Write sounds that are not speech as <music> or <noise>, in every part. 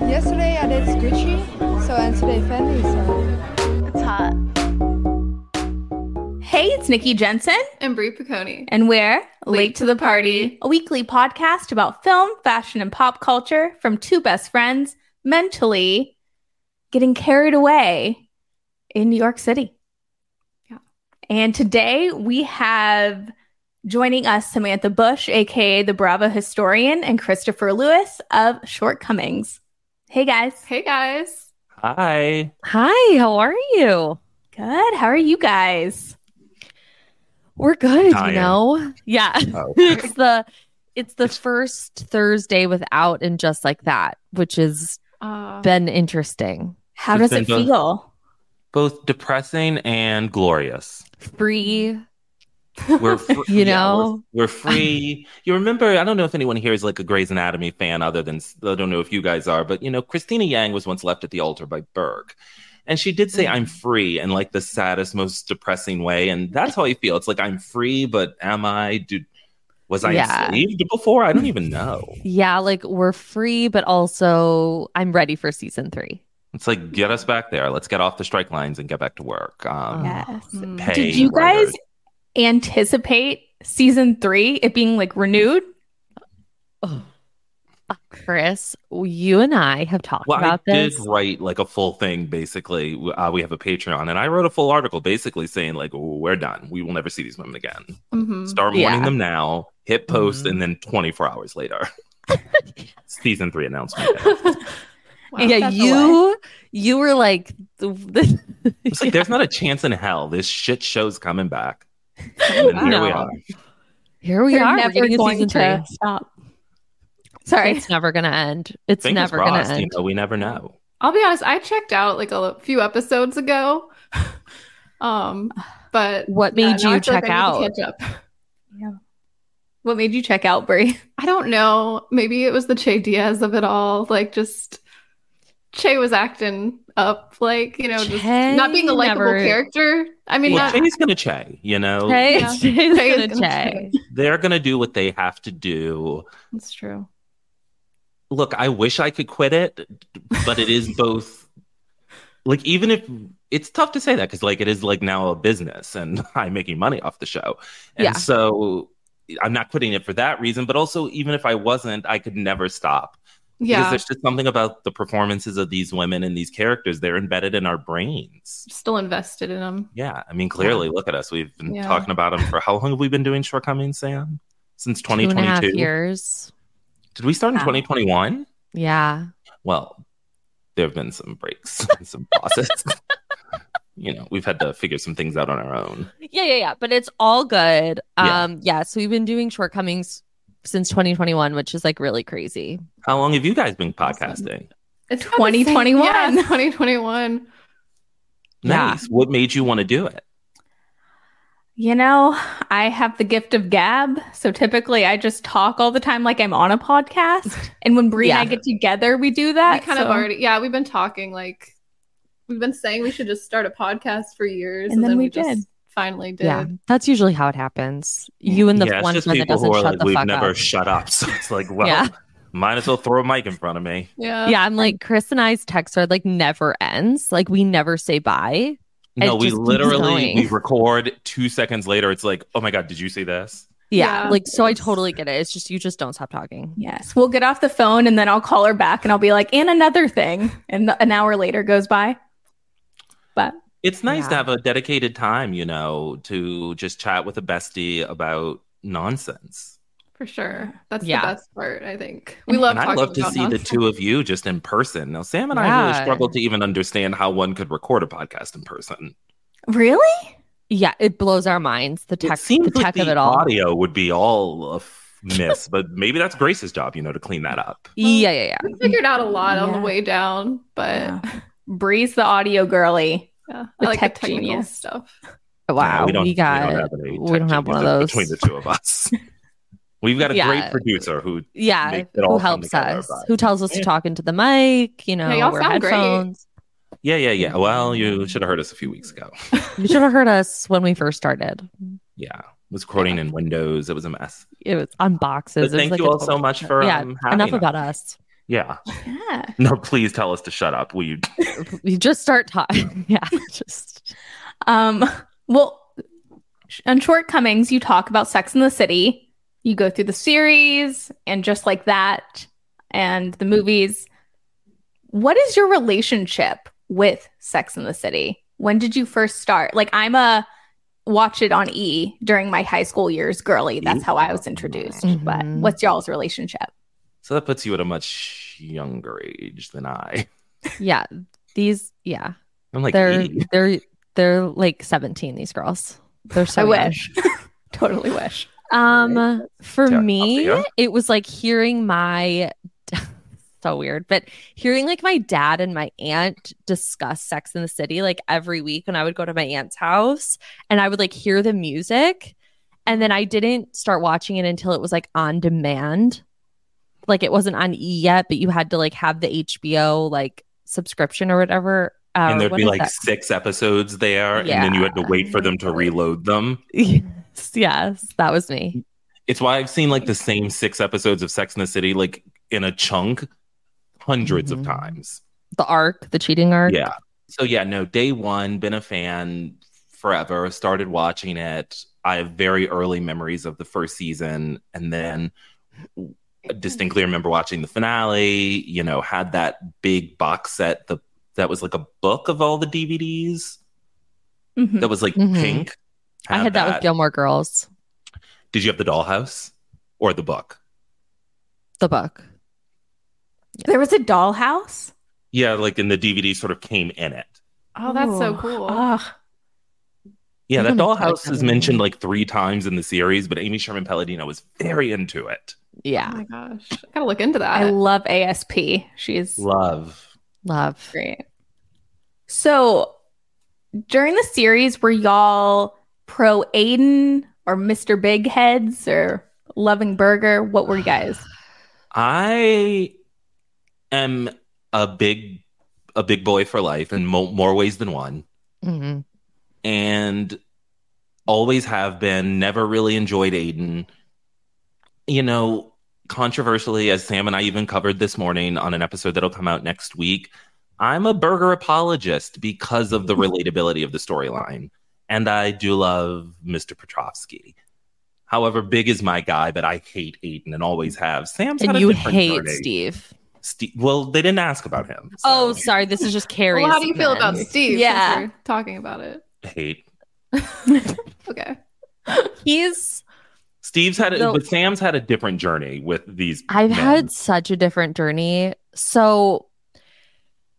yesterday I did Gucci, so and today Fendi. So It's hot. Hey, it's Nikki Jensen, and Brie Piccone. and we're Late, to the party. a weekly podcast about film, fashion, and pop culture from two best friends mentally getting carried away in New York City. Yeah. And today we have joining us Samantha Bush, aka the Brava historian, and Christopher Lewis of Shortcomings. Hey guys. Hey guys. Hi. Hi, how are you? Good. How are you guys? We're good, Dying. Oh. you know. Yeah. <laughs> it's the it's the first Thursday without and just like that, which has Uh, been interesting. How It's does it been- feel? Both depressing and glorious. Free. We're free, <laughs> You yeah, know? we're, we're free. you remember? I don't know if anyone here is like a Grey's Anatomy fan, other than I don't know if you guys are, but you know, Christina Yang was once left at the altar by Berg, and she did say, Mm. "I'm free," in like the saddest, most depressing way, and that's how I feel. It's like I'm free, but am I? Do was I Yeah. enslaved before? I don't even know. Yeah, like we're free, but also I'm ready for season three. It's like get us back there. Let's get off the strike lines and get back to work. Um, Yeah. Yes. mm. pay Did you guys workers. anticipate season three it being like renewed? <laughs> Chris, you and I have talked Well, about I this. did write like a full thing basically. Uh, we have a Patreon, and I wrote a full article basically saying like, "Oh, "We're done. We will never see these women again. Mhm. Start warning Yeah. them now. Hit post, Mhm. and then 24 hours later, <laughs> season three announcement. day. Wow. Yeah, That's a you you were like the, the- It's like there's not a chance in hell this shit show's coming back. Coming And then here we back. are. <laughs> here we They're are. We're never getting a going season to three. stop. <laughs> Sorry. It's never gonna end. It's Fingers never crossed. gonna You end. know, we never know. I'll be honest. I checked out like a few episodes ago. <laughs> um, but What yeah, made Uh, now I you feel like check I out? need to catch up. What made you check out, Brie? I don't know. Maybe it was the Che Diaz of it all. Like just Che was acting up. Like you know, just Che not being a likable never- character. I mean, Well, not, Jay's gonna Jay. You know, Hey, Yeah. Jay's Jay is gonna gonna Jay. they're gonna do what they have to do. that's true. look, I wish I could quit it, but it <laughs> is both like even if it's tough to say that because like it is like now a business and <laughs> I'm making money off the show. And Yeah. so I'm not quitting it for that reason, but also even if I wasn't, I could never stop. Because Yeah, there's just something about the performances of these women and these characters. They're embedded in our brains. still invested in them. Yeah. I mean, clearly, look at us. We've been Yeah. talking about them for how long have we been doing shortcomings, Sam? Since Two and a half 2022. years. Did we start in Wow. 2021? Yeah. well, there have been some breaks <laughs> and some pauses. you know, we've had to figure some things out on our own. Yeah, yeah, yeah. But it's all good. Yeah. Um, yeah. So we've been doing shortcomings since 2021, which is like really crazy. How long have you guys been podcasting? It's kind of the same- 2021. Yeah, 2021. Yeah. Nice. What made you want to do it? You know, I have the gift of gab. So typically I just talk all the time like I'm on a podcast. And when Brie and I Yeah. get together, we do that. we kind so- of already yeah we've been talking like we've been saying we should just start a podcast for years And then we did. just finally did Yeah. That's usually how it happens. You and the yeah, it's one just friend that people doesn't who are shut like, the we've fuck never up. shut up. <laughs> So it's like, well, Yeah. might as well throw a mic in front of me. yeah yeah, I'm like Chris and I's texts are like never ends. Like we never say bye. No, It we just keeps literally going. we record two seconds later. It's like, oh my god, did you see this? Yeah. Yeah. Like so I totally get it. It's just you just don't stop talking. Yes. We'll get off the phone and then I'll call her back and I'll be like, and another thing. And the, an hour later goes by. But It's nice to Yeah. have a dedicated time, you know, to just chat with a bestie about nonsense. for sure that's Yeah. the best part i think we love and I talking love to about see the nonsense. two of you just in person. Now, Sam and I really Yeah. struggled to even understand how one could record a podcast in person. really? Yeah, it blows our minds. The tech it seems the like tech the of it all. audio would be all a f- miss, but maybe that's Grace's job, you know, to clean that up. Yeah, yeah, yeah. we figured out a lot on the Yeah. way down but yeah. Breeze the audio girly. i The like the tech technical genius. stuff Wow. Yeah, we, got any we don't tech have one geniuses of those. between the two of <laughs> us. We've got a Yeah. great producer who yeah, make it all who come helps together, us, but- who tells us to Yeah. talk into the mic, you know, Yeah, y'all wear sound great. headphones. Yeah, yeah, yeah. Well, you should have heard us a few weeks ago. You should have heard us when we first started. Yeah. It was quoting in Windows. It was a mess. It was on boxes. But It was thank like you a all total- so much for yeah, um, having enough us. about us. Yeah. <laughs> Yeah. No, please tell us to shut up. Will you? You just start talking. <laughs> yeah. Just Um, <laughs> well, sh- on Shortcomings, you talk about Sex in the City. You go through the series and just like that, and the movies. What is your relationship with Sex in the City? When did you first start? Like, I'm a watch it on E during my high school years, girly. That's how I was introduced. But Mhm. what's y'all's relationship? <laughs> So that puts you at a much younger age than I. yeah. These yeah. I'm like, they're "Ee." they're they're like 17 these girls. They're so I young. wish. totally wish. Um, for Yeah, me, yeah. it was like hearing my <laughs> so weird, but hearing like my dad and my aunt discuss Sex in the City like every week when I would go to my aunt's house and I would like hear the music. And then I didn't start watching it until it was like on demand. Like it wasn't on E yet, but you had to like have the HBO like subscription or whatever. Uh, and there'd what be is like that? six episodes there, and then you had to wait for them to reload them. <laughs> yes, yes, that was me. It's why I've seen like the same six episodes of Sex in the City, like in a chunk, 100s Mhm. of times. The arc, the cheating arc. Yeah. So yeah, no, day one, been a fan forever, started watching it. I have very early memories of the first season and then distinctly remember watching the finale, you know, had that big box set the that was like a book of all the DVDs Mhm. that was like Mhm. pink. I had that, with Gilmore Girls, Did you have the dollhouse or the book? the book. There was a dollhouse. Yeah, like and the DVD sort of came in it. Oh, that's so Ooh. cool. Ugh. Yeah, You're that gonna have to dollhouse tell is me. mentioned like three times in the series, but Amy Sherman Palladino was very into it. Oh Yeah, my gosh. I gotta look into that. I love ASP. She's Love. love. great. So during the series, were y'all pro Aiden or Mr. Big Heads or Loving Burger? What were you guys? I am a big a big boy for life in mo- more ways than one Mhm. and always have been never really enjoyed Aiden you know controversially as Sam and I even covered this morning on an episode that'll come out next week I'm a burger apologist because <laughs> of the relatability of the storyline and I do love Mr. Petrovsky however big is my guy but I hate Aiden and always have Sam's had And a you different hate journey. Steve. Steve. Well, they didn't ask about him. so- Oh, sorry. This is <laughs> just Carrie. well, how do you feel about Steve? since Yeah. we're talking about it. Hate. Okay. He's. Steve's had, a, No. but Sam's had a different journey with these. I've men. had such a different journey. So,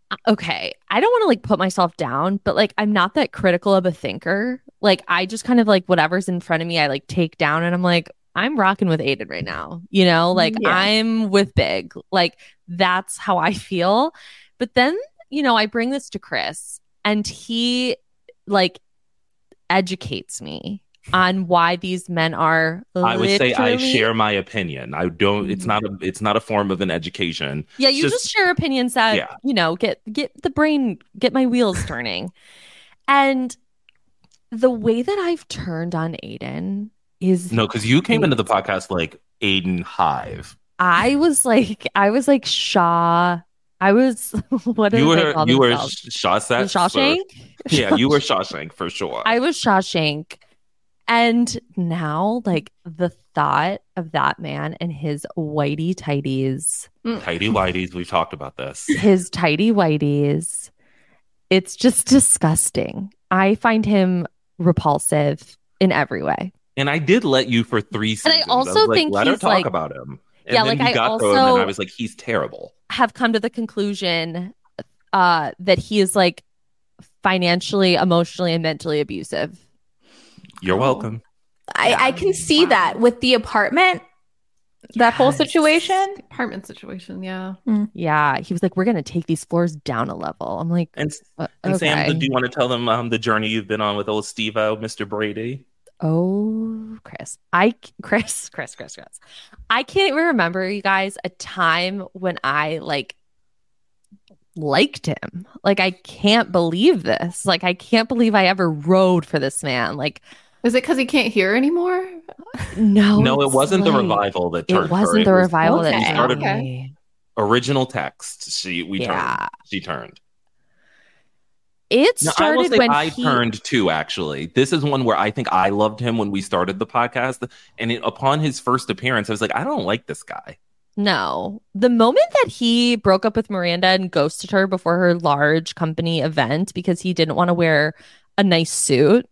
uh, okay, I don't want to like put myself down, but like I'm not that critical of a thinker. Like I just kind of like whatever's in front of me, I like take down, and I'm like, I'm rocking with Aiden right now. You know, like Yeah. I'm with Big. Like that's how I feel. But then you know, I bring this to Chris, and he like educates me on why these men are. I would say I literally- Mm. share my opinion. I don't. It's not a. It's not a form of an education. Yeah, you Just- just, share opinions that Yeah. you know get get the brain get <laughs> my wheels turning, and the way that I've turned on Aiden is No, because you came into the podcast like Aiden Hive. I was like I was like Shaw. I was <laughs> what you did they were. call You were themselves? Sh- Shawshank. The Shawshank. For, yeah, you were Shawshank for sure. I was Shawshank. And now, like the thought of that man and his whitey tighties Tidy whities. We've talked about this. his tidy whities. It's just disgusting. I find him repulsive in every way. And I did let you for three seasons. I was also like, think let her he's, talk like- about him. And Yeah, then like, we I got to him, and also- I was like, he's terrible. Have come to the conclusion uh, that he is like financially, emotionally, and mentally abusive. You're Oh. welcome. I, I can see that with the apartment, that whole Yes. situation. Apartment situation, yeah. Yeah, he was like, "We're gonna take these floors down a level." I'm like, And "Uh, And okay. Sam, do you want to tell them um, the journey you've been on with old Steve O, Mr. Brady? Oh, Chris. I <laughs> Chris, Chris, Chris, Chris. I can't even remember you guys a time when I like liked him. Like I can't believe this. Like I can't believe I ever rode for this man. Like Is it because he can't hear anymore? no. no, it Oh, it's wasn't the like- revival that turned It her. wasn't the was- revival she that Okay. started started me. original text. She we turned. yeah. She turned. It No, I will started say when I he, turned too. Actually, this is one where I think I loved him when we started the podcast, and it, upon his first appearance, I was like, I don't like this guy. No. The moment that he broke up with Miranda and ghosted her before her large company event because he didn't want to wear a nice suit,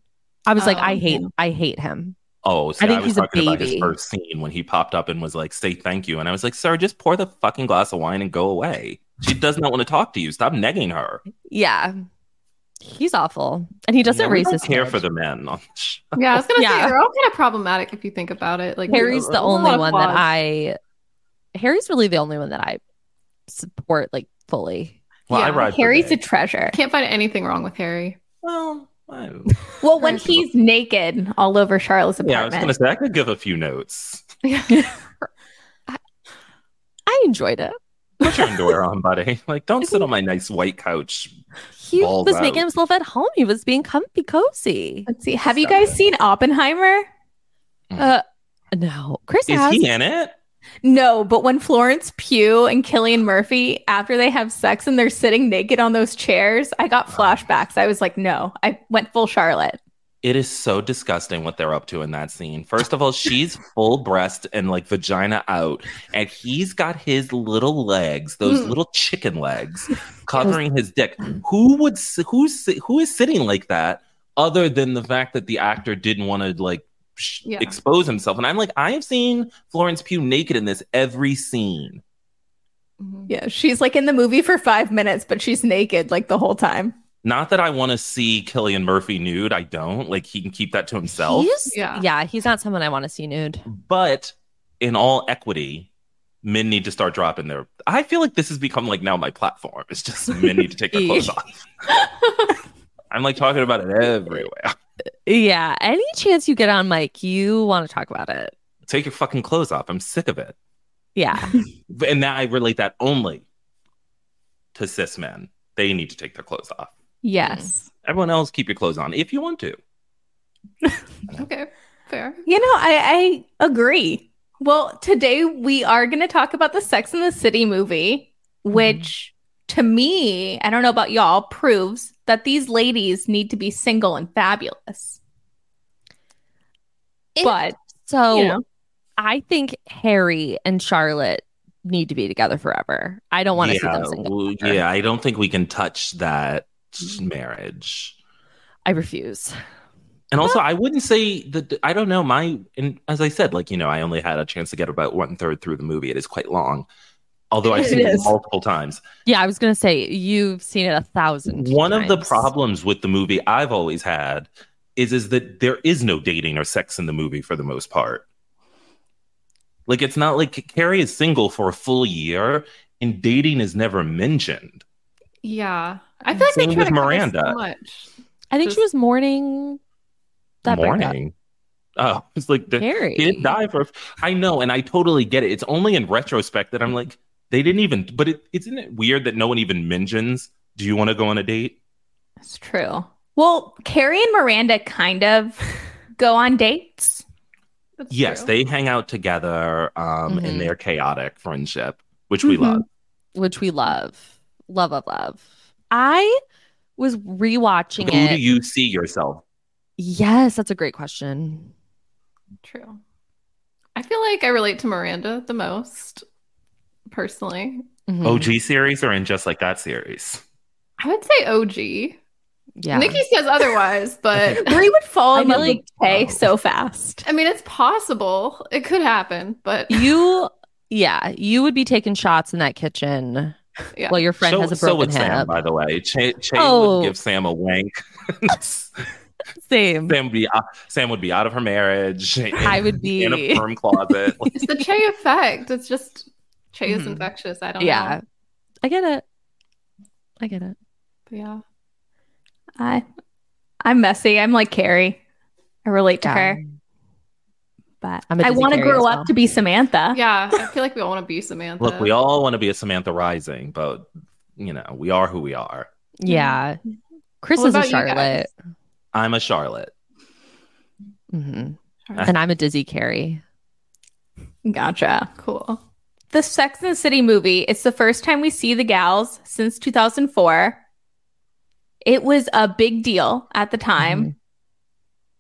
I was like, Oh. I hate, I hate him. Oh, see, I, I think was he's a talking about his baby. first scene when he popped up and was like, "Say thank you," and I was like, "Sir, just pour the fucking glass of wine and go away." She does not want to talk to you. Stop negging her. Yeah. He's awful. And he doesn't Yeah, we raise don't his care kid. for the men. <laughs> on the show. Yeah, I was gonna Yeah. say they're all kind of problematic if you think about it. Like Harry's there's a the lot only of one that flaws. I Harry's really the only one that I support like fully. Well, I Yeah, ride for Harry's gay. a treasure. can't find anything wrong with Harry. well. I, Well, when Treasure. he's naked all over Charlotte's yeah, I was apartment. gonna say I could give a few notes. I enjoyed it. Put your underwear on, buddy. Like, don't sit on my nice white couch. He Balls was out. making himself at home. He was being comfy cozy. <laughs> Let's see. Have you guys seen Oppenheimer? No. Chris Is has he in it? No, but when Florence Pugh and Killian Murphy, after they have sex and they're sitting naked on those chairs, I got flashbacks. I was like, no, I went full Charlotte. It is so disgusting what they're up to in that scene. First of all, she's full breast and like vagina out, and he's got his little legs, those Mm. little chicken legs, covering his dick. Who would s- who's si- who is sitting like that other than the fact that the actor didn't want to like sh- Yeah. expose himself? And I'm like, I have seen Florence Pugh naked in this every scene. Mhm. Yeah, she's like in the movie for five minutes, but she's naked like the whole time. Not that I want to see Killian Murphy nude. I don't like. He can keep that to himself. He's, Yeah. yeah. he's not someone I want to see nude. but in all equity men need to start dropping their i feel like this has become like now my platform it's just men need to take their <laughs> clothes off i'm like talking about it everywhere Yeah, any chance you get on mic, you want to talk about it. take your fucking clothes off i'm sick of it Yeah, and now i relate that only to cis men they need to take their clothes off yes. everyone else keep your clothes on if you want to Okay, fair. You know, I, I agree. Well, today we are going to talk about the Sex and the City movie, which to me, I don't know about y'all, proves that these ladies need to be single and fabulous. <laughs> It- but So You know. I think Harry and Charlotte need to be together forever. I don't want to see them single. well, ever. yeah i don't think we can touch that marriage I refuse. And also, I wouldn't say that I don't know my. And as I said, like you know, I only had a chance to get about one third through the movie. It is quite long, <laughs> although I've It seen it is. multiple times. Yeah, I was gonna say you've seen it a thousand. One of the times. problems with the movie I've always had is is that there is no dating or sex in the movie for the most part. Like it's not like Carrie is single for a full year, and dating is never mentioned. Yeah, I feel like they Same try with to cover Miranda. so much. I think Just- she was mourning that morning. Morning. Oh, <laughs> it's like the, Harry. He didn't die for. I know, and I totally get it. It's only in retrospect that I'm like, they didn't even. But it, isn't it weird that no one even mentions? Do you want to go on a date? It's true. Well, Carrie and Miranda kind of <laughs> go on dates. That's Yes, true. they hang out together, um, in Mhm. their chaotic friendship, which we Mm-hmm. Mhm. love. which we love, love, love, love. I was rewatching Who it. do you see yourself? yes, that's a great question. True. I feel like I relate to Miranda the most personally. Mhm. OG series or in just like that series? I would say OG. yeah. Nikki says <laughs> otherwise, but We would fall <laughs> I oh. in love really- with Tay so fast. I mean, it's possible. It could happen, <laughs> but you yeah you would be taking shots in that kitchen Yeah. while your friend so, has a so broken would Sam, hip by the way. Che, che Oh. would give Sam a wank. <laughs> Sam same would be Sam would be out of her marriage. i would be in a firm <laughs> closet. it's the Che effect. It's just Che is Mm-hmm. Mhm. infectious. I don't yeah know. i get it i get it But yeah. I, I'm messy. I'm like Carrie. I relate to Yeah. her, but I'm a I Disney want to Carrie grow as up well. to be Samantha. Yeah. I feel like we all want to be Samantha. Look, we all want to be a Samantha Rising, but you know, we are who we are. yeah chris What is a about you guys? charlotte I'm a Charlotte. Mhm. Mm-hmm. Charlotte. and i'm a dizzy carrie Gotcha. Cool. The Sex and the City movie, it's the first time we see the gals since 2004. It was a big deal at the time. Mm-hmm.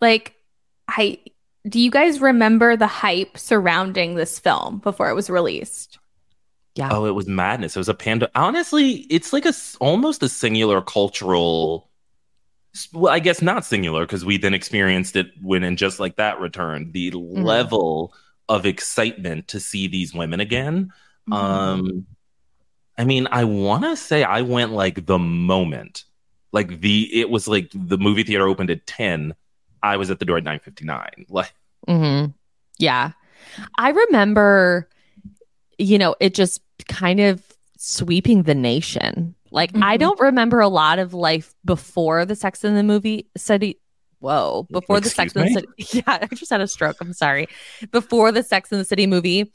Like, I do you guys remember the hype surrounding this film before it was released? Oh, it was madness. It was a panda. Honestly, it's like a s- almost a singular cultural. s- Well, I guess not singular because we then experienced it when and just like that returned the level of excitement to see these women again. Um, I mean, I want to say I went like the moment, like the it was like the movie theater opened at ten. I was at the door at nine fifty nine. <laughs> Like, Mm-hmm. Yeah. I remember, you know, it just kind of sweeping the nation. Like, I Mhm. don't remember a lot of life before the Sex in the Movie City. Whoa, before the Sex in the Excuse City. <laughs> Yeah, I just had a stroke. I'm sorry. Before the Sex in the City movie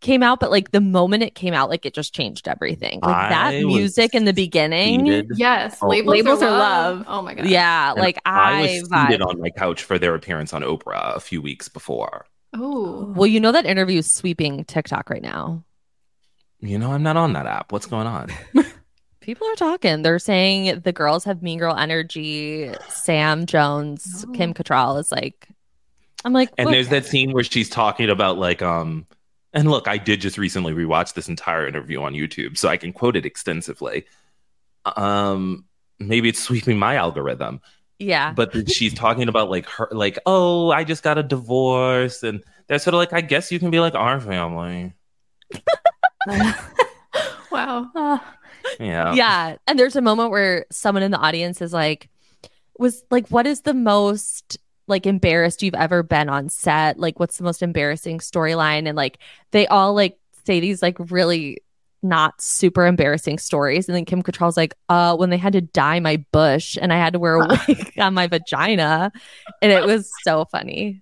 came out, but like the moment it came out, like it just changed everything. Like that I was music in the beginning. seated- Yes, Oh. labels, Labels are, are love. love. Oh my god. Yeah, and like I I, was vibe. seated on my couch for their appearance on Oprah a few weeks before. Oh. Well, you know that interview is sweeping TikTok right now. You know, I'm not on that app. What's going <laughs> on? People are talking. They're saying the girls have mean girl energy. Sam Jones, No. Kim Cattrall is like, I'm like, And look, there's that scene where she's talking about like um and look, I did just recently rewatch this entire interview on YouTube, so I can quote it extensively. Um maybe it's sweeping my algorithm. yeah, But then she's talking about like her like, oh, I just got a divorce and they're sort of like, I guess you can be like our family. Wow. Uh, Yeah. yeah. And there's a moment where someone in the audience is like, was like, what is the most like embarrassed you've ever been on set? Like, what's the most embarrassing storyline? And like, they all like say these like really not super embarrassing stories. And then Kim Cattrall's like, uh, when they had to dye my bush and I had to wear a wig on my vagina. And it was so funny.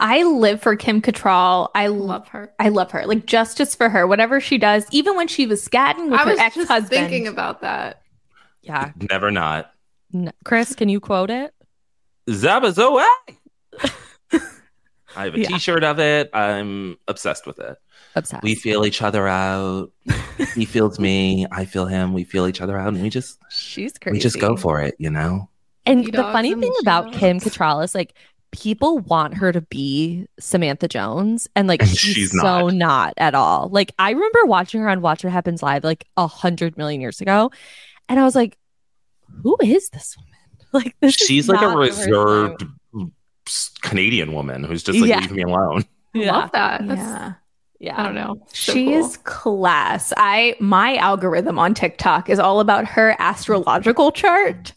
I live for Kim Cattrall. I love Love her. I love her. Like justice for her. Whatever she does, even when she was scatting with I her was ex just husband. thinking about that. Yeah. Never not. N- Chris, can you quote it? <laughs> Zabazoa. I have a Yeah. shirt of it. I'm obsessed with it. Obsessed. we feel each other out. <laughs> he feels me. I feel him. We feel each other out, and we just She's crazy. we just go for it, you know. And Sea the funny dogs and thing sea about dogs. Kim Cattrall is like people want her to be Samantha Jones, and like And she's, she's so not. not at all. Like I remember watching her on Watch What Happens Live like a hundred million years ago, and I was like, "Who is this woman?" <laughs> Like this, is She's like not a the person I- reserved Canadian woman who's just like Yeah. leave me alone. Yeah, Love that. That's, Yeah. yeah. I don't know. So she cool. is class. I my algorithm on TikTok is all about her astrological chart.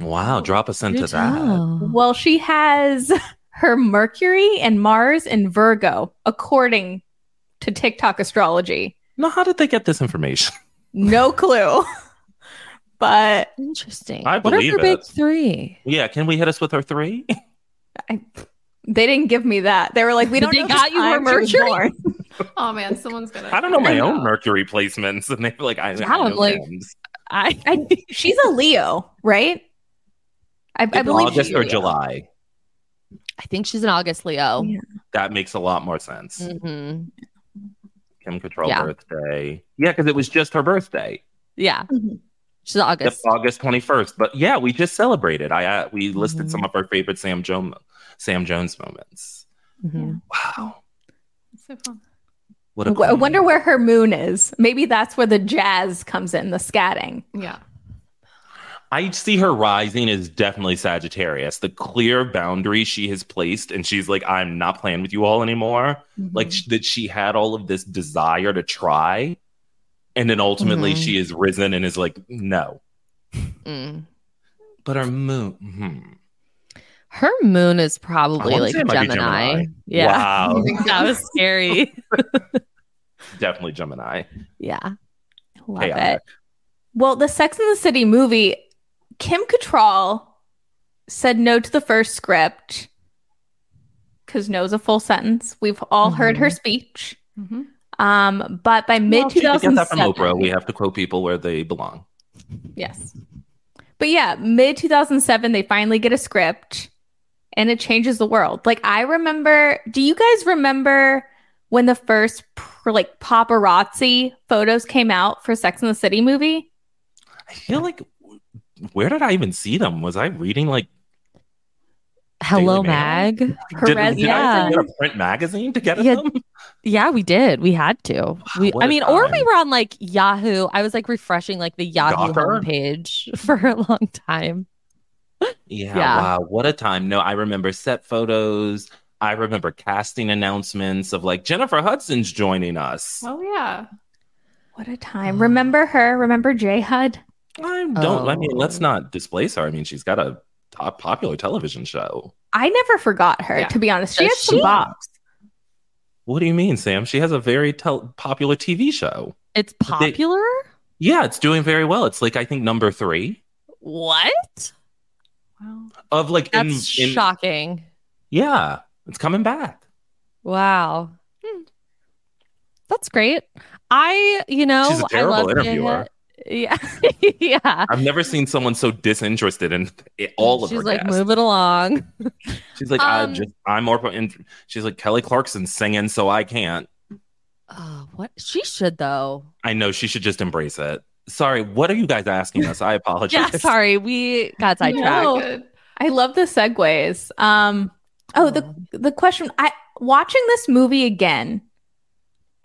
Wow, drop us into Good that. job. Well, she has her Mercury and Mars in Virgo according to TikTok astrology. Now, how did they get this information? <laughs> <laughs> No clue. but Interesting. I what are believe her big it. three? Yeah, can we hit us with her three? they didn't give me that. They were like, we don't They know the got you her time she was Mercury? born. Oh man, someone's gonna. I don't know my own Mercury placements, and they were like, I, Yeah, I know like- Kim's. I, <laughs> I, she's a Leo, right? I, I In believe August she's or Leo. July. I think she's an August Leo. Yeah. That makes a lot more sense. hmm Kim Control Yeah. birthday. Yeah, because it was just her birthday. Yeah. Mhm. She's August. Yep, August 21st. But yeah, we just celebrated. I uh, we Mm-hmm. listed Mhm. some of our favorite Sam Jones Sam Jones moments. Mhm. Wow. So fun. What a W- I queen. wonder where her moon is. Maybe that's where the jazz comes in, the scatting. Yeah. I see her rising is definitely Sagittarius. The clear boundary she has placed and she's like I'm not playing with you all anymore. Mm-hmm. Like sh- that she had all of this desire to try and then ultimately Mm-hmm. Mhm. she is risen and is like no. Mm. But her moon hmm. Her moon is probably wanna like say it might be Gemini. Gemini. Yeah. Wow. <laughs> that was scary. definitely Gemini. yeah. Love Chaotic. it. Well, the Sex and the City movie, Kim Cattrall said no to the first script because no's a full sentence. We've all Mm-hmm. heard her speech. Mm-hmm. Um, but by mid Well, she could get that from 2007, Oprah. We have to quote people where they belong. yes. But yeah, mid 2007, they finally get a script and it changes the world. Like, I remember, do you guys remember when the first where like paparazzi photos came out for Sex and the City movie? I feel like where did I even see them? Was I reading like Hello, Daily Mail. Mag. did, Perez, did yeah. I even get a print magazine to get at Yeah. them? Yeah, we did. We had to. We, what I a mean, or we time. were on like Yahoo. I was like refreshing like the Yahoo Gawker? homepage <laughs> for a long time. Yeah, Yeah. wow, what a time. No, I remember set photos. I remember casting announcements of like Jennifer Hudson's joining us. Oh yeah. What a time. Remember her? Remember J HUD? I don't I mean, Oh. let's not displace her. I mean, she's got a top popular television show. I never forgot her, Yeah. to be honest. She Does had some she? bops. What do you mean, Sam? She has a very tel- popular TV show. It's they- popular. Yeah, it's doing very well. It's like I think number 3 What? Wow. of like in, That's in shocking. Yeah, it's coming back. Wow. Hmm. That's great. I, you know, She's a terrible I love Jay interviewer. Hu- <laughs> Yeah. yeah. I've never seen someone so disinterested in it- all of She's her like, guests. move it along. She's like, Um, I just, I'm more. pro- And she's like, Kelly Clarkson singing, so I can't. Oh, what? She should though. <laughs> I know she should just embrace it. Sorry, what are you guys asking us? I apologize. Yeah, sorry, we got sidetracked. No. I love the segues. Um, oh, the the question I watching this movie again,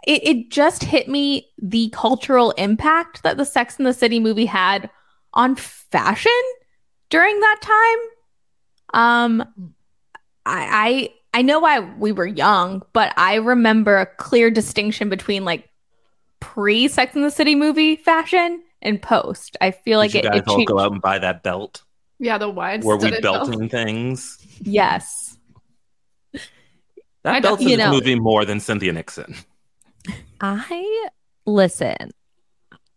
it, it just hit me the cultural impact that the Sex and the City movie had on fashion during that time. Um I I I know why we were young, but I remember a clear distinction between like pre Sex and the City movie fashion and post. I feel like it, Did you guys it all changed. go out and buy that belt? Yeah, the wide Were we studded belt. <laughs> belting things? Yes. That I don't- belt's in you this know- movie more than Cynthia Nixon. I listen.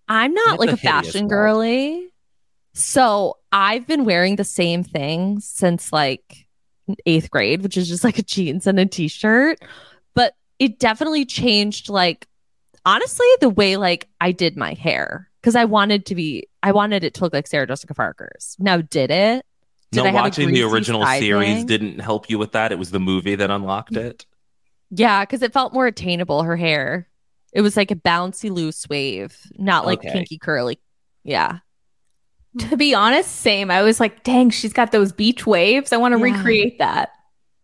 I'm not It's like a a hideous fashion world. girly. So I've been wearing the same thing since like eighth grade, which is just like a jeans and a t shirt. But it definitely changed, like, honestly, the way like I did my hair because I wanted to be, I wanted it to look like Sarah Jessica Parker's. Now, did it? Did no, I have a watching the greasy original side series bang? didn't help you with that. It was the movie that unlocked it. Yeah, because it felt more attainable. Her hair, it was like a bouncy loose wave, not like Okay. kinky curly. Yeah, <laughs> To be honest, same. I was like, dang, she's got those beach waves. I want to Yeah. recreate that.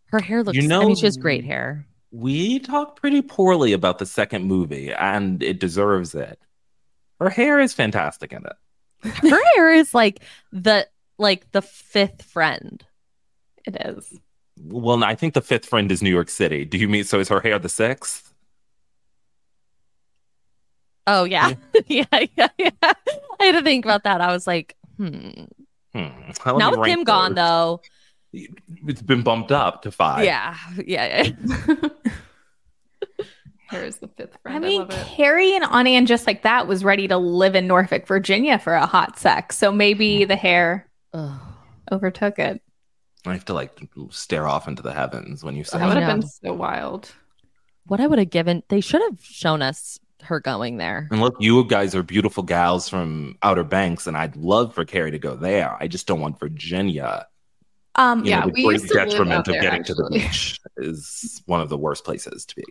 her hair looks. You I mean, know- she has great hair. We talked pretty poorly about the second movie, and it deserves it. Her hair is fantastic in it. Her hair is like the like the fifth friend. It is. Well, I think the fifth friend is New York City. Do you mean so? Is her hair the sixth? Oh yeah, yeah, <laughs> yeah, yeah. I had to think about that. I was like, hmm. Hmm. Now with him gone though, it's been bumped up to five. yeah, yeah, yeah. Here's the fifth I friend. I, mean, love it. Carrie and Aunt Anne just like that was ready to live in Norfolk, Virginia for a hot sex. So maybe the hair Ugh. overtook it. I have to like stare off into the heavens when you say That would I that. have know. been so wild. What I would have given, they should have shown us her going there. <laughs> And look, you guys are beautiful gals from Outer Banks, and I'd love for Carrie to go there. I just don't want Virginia. Um, You Yeah, know, the we great used to live detriment out of there, getting to the actually. beach is one of the worst places to be.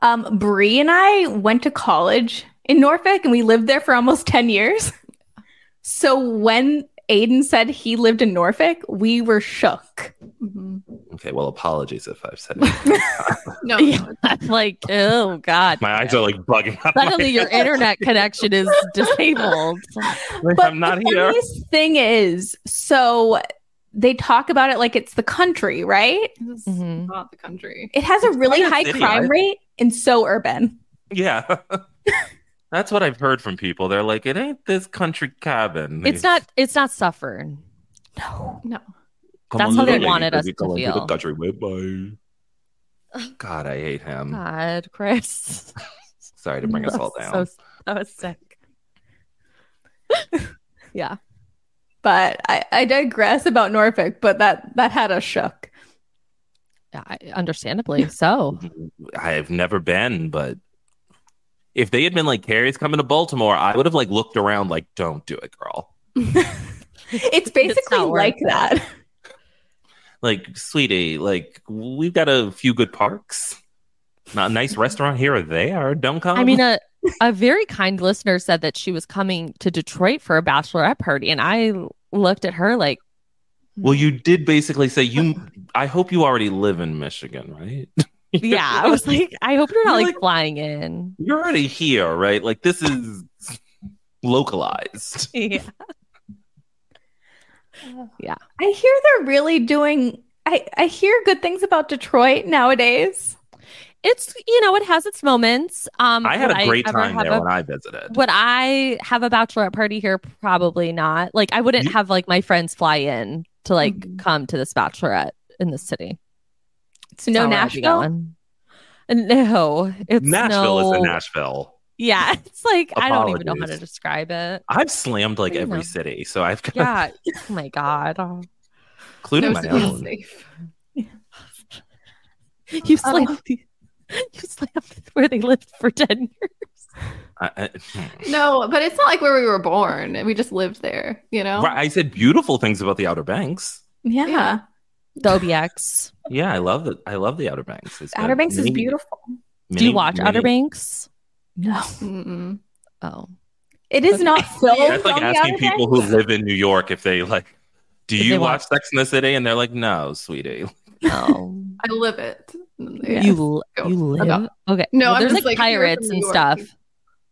um, Bree and I went to college in Norfolk and we lived there for almost <laughs> 10 years. So when Aiden said he lived in Norfolk, we were shook. Mhm. Okay, well, apologies if <laughs> I've said it. No, Yeah. like, oh god, My eyes are like bugging out. of my <laughs> Suddenly, your internet connection is disabled. head. I'm not the here. funniest thing is, so they talk about it like it's the country, right? this is Mm-hmm. Mhm. not the country. It has a really quite a high city, crime right? rate and so urban. Yeah. <laughs> That's what I've heard from people. They're like, it ain't this country cabin. It's not. It's not suffering. No. that's how they wanted us to feel. Country. <laughs> Bye-bye. God, I hate him. God, Chris. Sorry to Mm. bring us all That's down. <laughs> So, that was sick. yeah. But I, I digress about Norfolk, but that that had us shook. <laughs> I, understandably so. I have never been, but if they had been like Carrie's coming to Baltimore, I would have like looked around like, don't do it, girl. It's basically not worth like it. that. Like, sweetie, like we've got a few good parks. Not a nice restaurant here or there. Don't come. I mean, a, a very kind listener said that she was coming to Detroit for a bachelorette party, and I l- looked at her <laughs> like, well, you did basically say you. I hope you already live in Michigan, right? yeah, <laughs> I was like, I hope you're not You're like, like- flying in. You're already here, right? Like this is localized. Yeah. I hear they're really doing. I I hear good things about Detroit nowadays. It's you know, it has its moments. Um, I had would a great ever time have there a- when I visited. Would I have a bachelorette party here? Probably not. Like I wouldn't You- Mm-hmm. have like my friends fly in to like Mhm. come to this bachelorette in the city. So no Not where I'd be Nashville. going. No, it's Nashville no, is in Nashville. Yeah, <laughs> it's like I don't even know how Apologies. to describe <laughs> it. I've slammed like I every know. city, so I've got Yeah. oh my god. Oh. <laughs> including No my city's own. safe. You slammed. the- <laughs> You slammed where they lived for ten years. I, I, hmm. No, but it's not like where we were born and we just lived there, you know? <laughs> Right, I said beautiful things about the Outer Banks. Yeah. Yeah. Dolby X. Yeah, I love it. I love the Outer Banks. It's Outer been Banks is many- beautiful. Do you many- watch many- Outer Banks? No, Mm-mm. Oh, it is not filmed. That's like on the asking Outer people Banks. who live in New York if they like. Do If you they watch watch- Sex in the City? And they're like, no, sweetie. no. I live it. Yeah. Oh, You Go. you Okay. live okay. No, well, I'm there's just, like like, here pirates from and New York. stuff.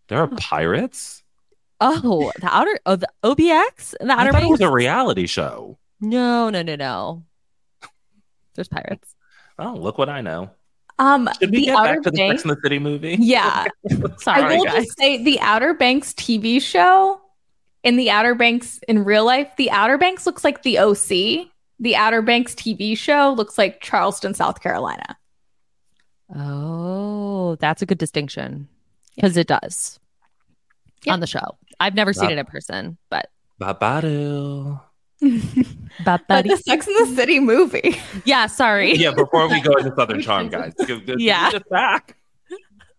There are pirates. <laughs> Oh, the outer oh the OBX the I outer thought it was banks. a reality show. No, no, no, no. There's pirates. Oh, look what I know. Um, Should we the get Outer back to the Banks. Sex and the City movie? Yeah, Sorry, I will guys. just say the Outer Banks TV show in the Outer Banks in real life, the Outer Banks looks like the OC. The Outer Banks TV show looks like Charleston, South <laughs> Carolina. Oh, that's a good distinction because it does Yeah. on the show. I've never seen Wow. it in person, but Babado. but Like the Sex in the City movie. yeah, sorry. Yeah, before we go into Southern <laughs> Charm, guys. give- give- Yeah. Just back.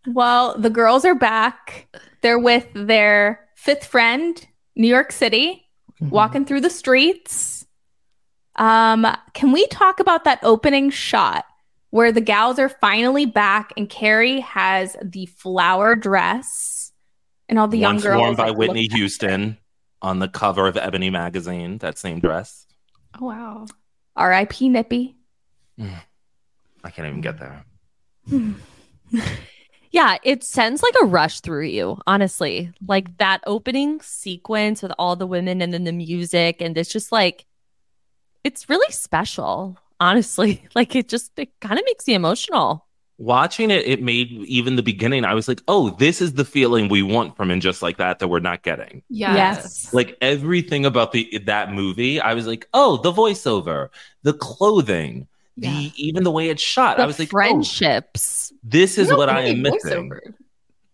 Well, the girls are back. They're with their fifth friend, New York City, <laughs> walking through the streets. Um, can we talk about that opening shot where the gals are finally back and Carrie has the flower dress and all the young Once girls worn by like, Whitney look- Houston on the cover of Ebony magazine, that same dress. Oh, wow. R.I.P. Nippy. I can't even get there. Yeah, it sends like a rush through you, honestly. Like that opening sequence with all the women and then the music, and it's just like, it's really special, honestly. <laughs> Like it just, it kind of makes me emotional. Watching it, it made even the beginning, I was like, oh, this is the feeling we want from And Just Like That that we're not getting. Yes. Like everything about the that movie, I was like, oh, the voiceover, the clothing, Yeah. the even the way it's shot. The I was like, oh, friendships. this is No, what I really, am missing. voiceover.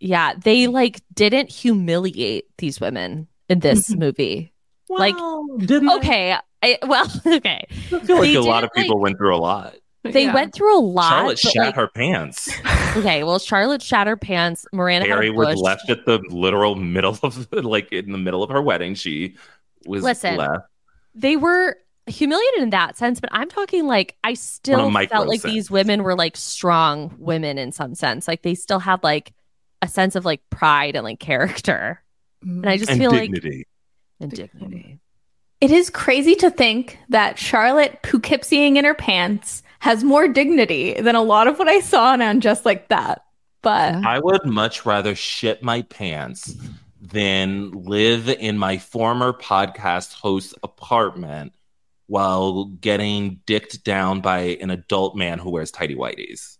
Yeah, they like didn't humiliate these women in this movie. Like- didn't okay. Okay. I, well, <laughs> okay. I feel like They a lot of didn't, people went through a lot. They Yeah. went through a lot. Charlotte but, shat like, her pants. Okay. Well, Charlotte shat her pants. Miranda had a Harry was bush. left at the literal middle of <laughs> like in the middle of her wedding. She was Listen, left. they were humiliated in that sense, but I'm talking like I still micro felt like sense. these women were like strong women in some sense. Like they still had like a sense of like pride and like character. And I just and feel dignity. like and dignity. It is crazy to think that Charlotte Poughkeepsieing in her pants has more dignity than a lot of what I saw on on Just Like That. But I would much rather shit my pants than live in my former podcast host's apartment while getting dicked down by an adult man who wears tidy whities.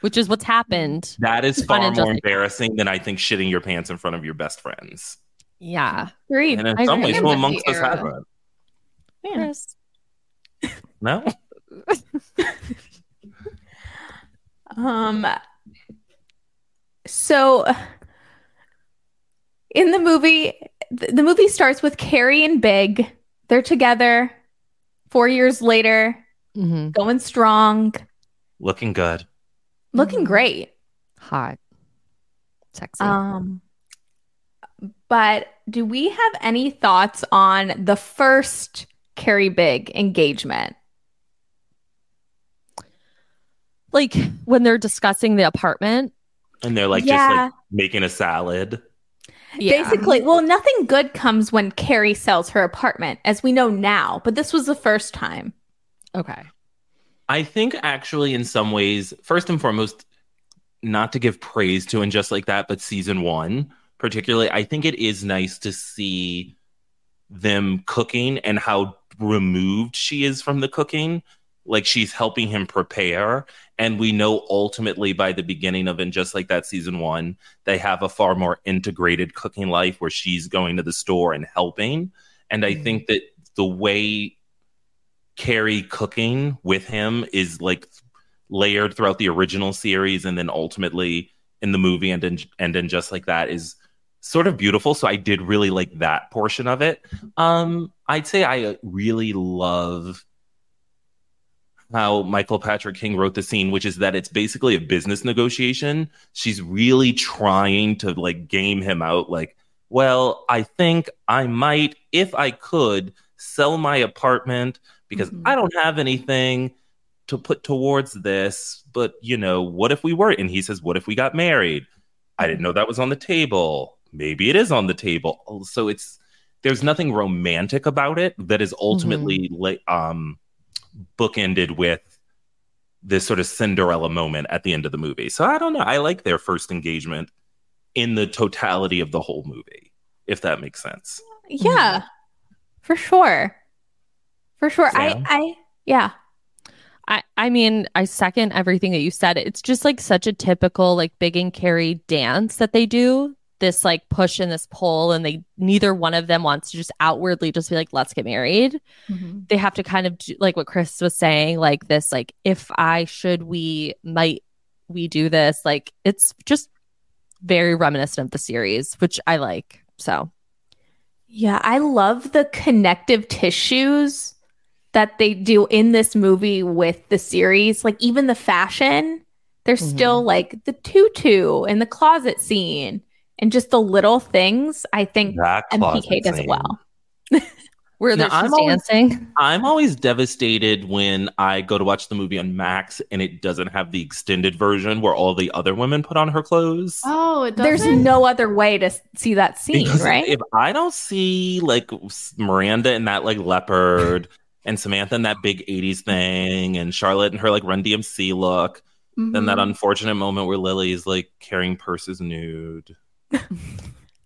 Which is what's happened. That is Fun far and more justified. embarrassing than I think shitting your pants in front of your best friends. Yeah. three. And in I some agree. ways, who Empathy amongst us era. have it? Yes. No? Um so in the movie th- the movie starts with Carrie and Big. They're together 4 years later, hmm going strong, Looking good. looking great. Hot. Sexy. Um but do we have any thoughts on the first Carrie Big engagement? like when they're discussing the apartment. and they're like just Yeah. like making a salad. Yeah. Basically, well, nothing good comes when Carrie sells her apartment, as we know now, but this was the first time. Okay. I think actually, in some ways, first and foremost, not to give praise to and just like that, but season one particularly, I think it is nice to see them cooking and how removed she is from the cooking. Like she's helping him prepare. And we know ultimately by the beginning of and just like that season one, they have a far more integrated cooking life where she's going to the store and helping. And I think that the way Carrie cooking with him is like layered throughout the original series and then ultimately in the movie and in, and then just like that is sort of beautiful so I did really like that portion of it um I'd say I uh, really love how Michael Patrick King wrote the scene which is that it's basically a business negotiation she's really trying to like game him out like well I think I might if I could sell my apartment because Mhm. I don't have anything to put towards this. But you know, what if we were? And he says, "What if we got married? I didn't know that was on the table. Maybe it is on the table." Oh, So it's there's nothing romantic about it that is ultimately Mm-hmm. la- um, bookended with this sort of Cinderella moment at the end of the movie. So I don't know. I like their first engagement in the totality of the whole movie, if that makes sense. Yeah, Mm-hmm. for sure. For sure. Sam? I, I, yeah. I, I mean, I second everything that you said. It's just like such a typical like big and carry dance that they do. This like push and this pull, and they neither one of them wants to just outwardly just be like, let's get married. They have to kind of do, like what Chris was saying, like this, like if I should, we might we do this. Like it's just very reminiscent of the series, which I like. So Yeah, I love the connective tissues that they do in this movie with the series. Like even the fashion, there's Mm-hmm. Mhm. still like the tutu and the closet scene and just the little things. I think That MPK closet does scene. well. where Now, they're I'm just always- dancing. <laughs> I'm always devastated when I go to watch the movie on Max and it doesn't have the extended version where all the other women put on her clothes. Oh, it There's doesn't? no other way to s- see that scene, Because right? If I don't see like s- Miranda in that like <laughs> leopard and Samantha in that big 80s thing and Charlotte in her like Run DMC look, then that Mm-hmm. Mhm. <laughs> unfortunate moment where Lily is like carrying purses nude.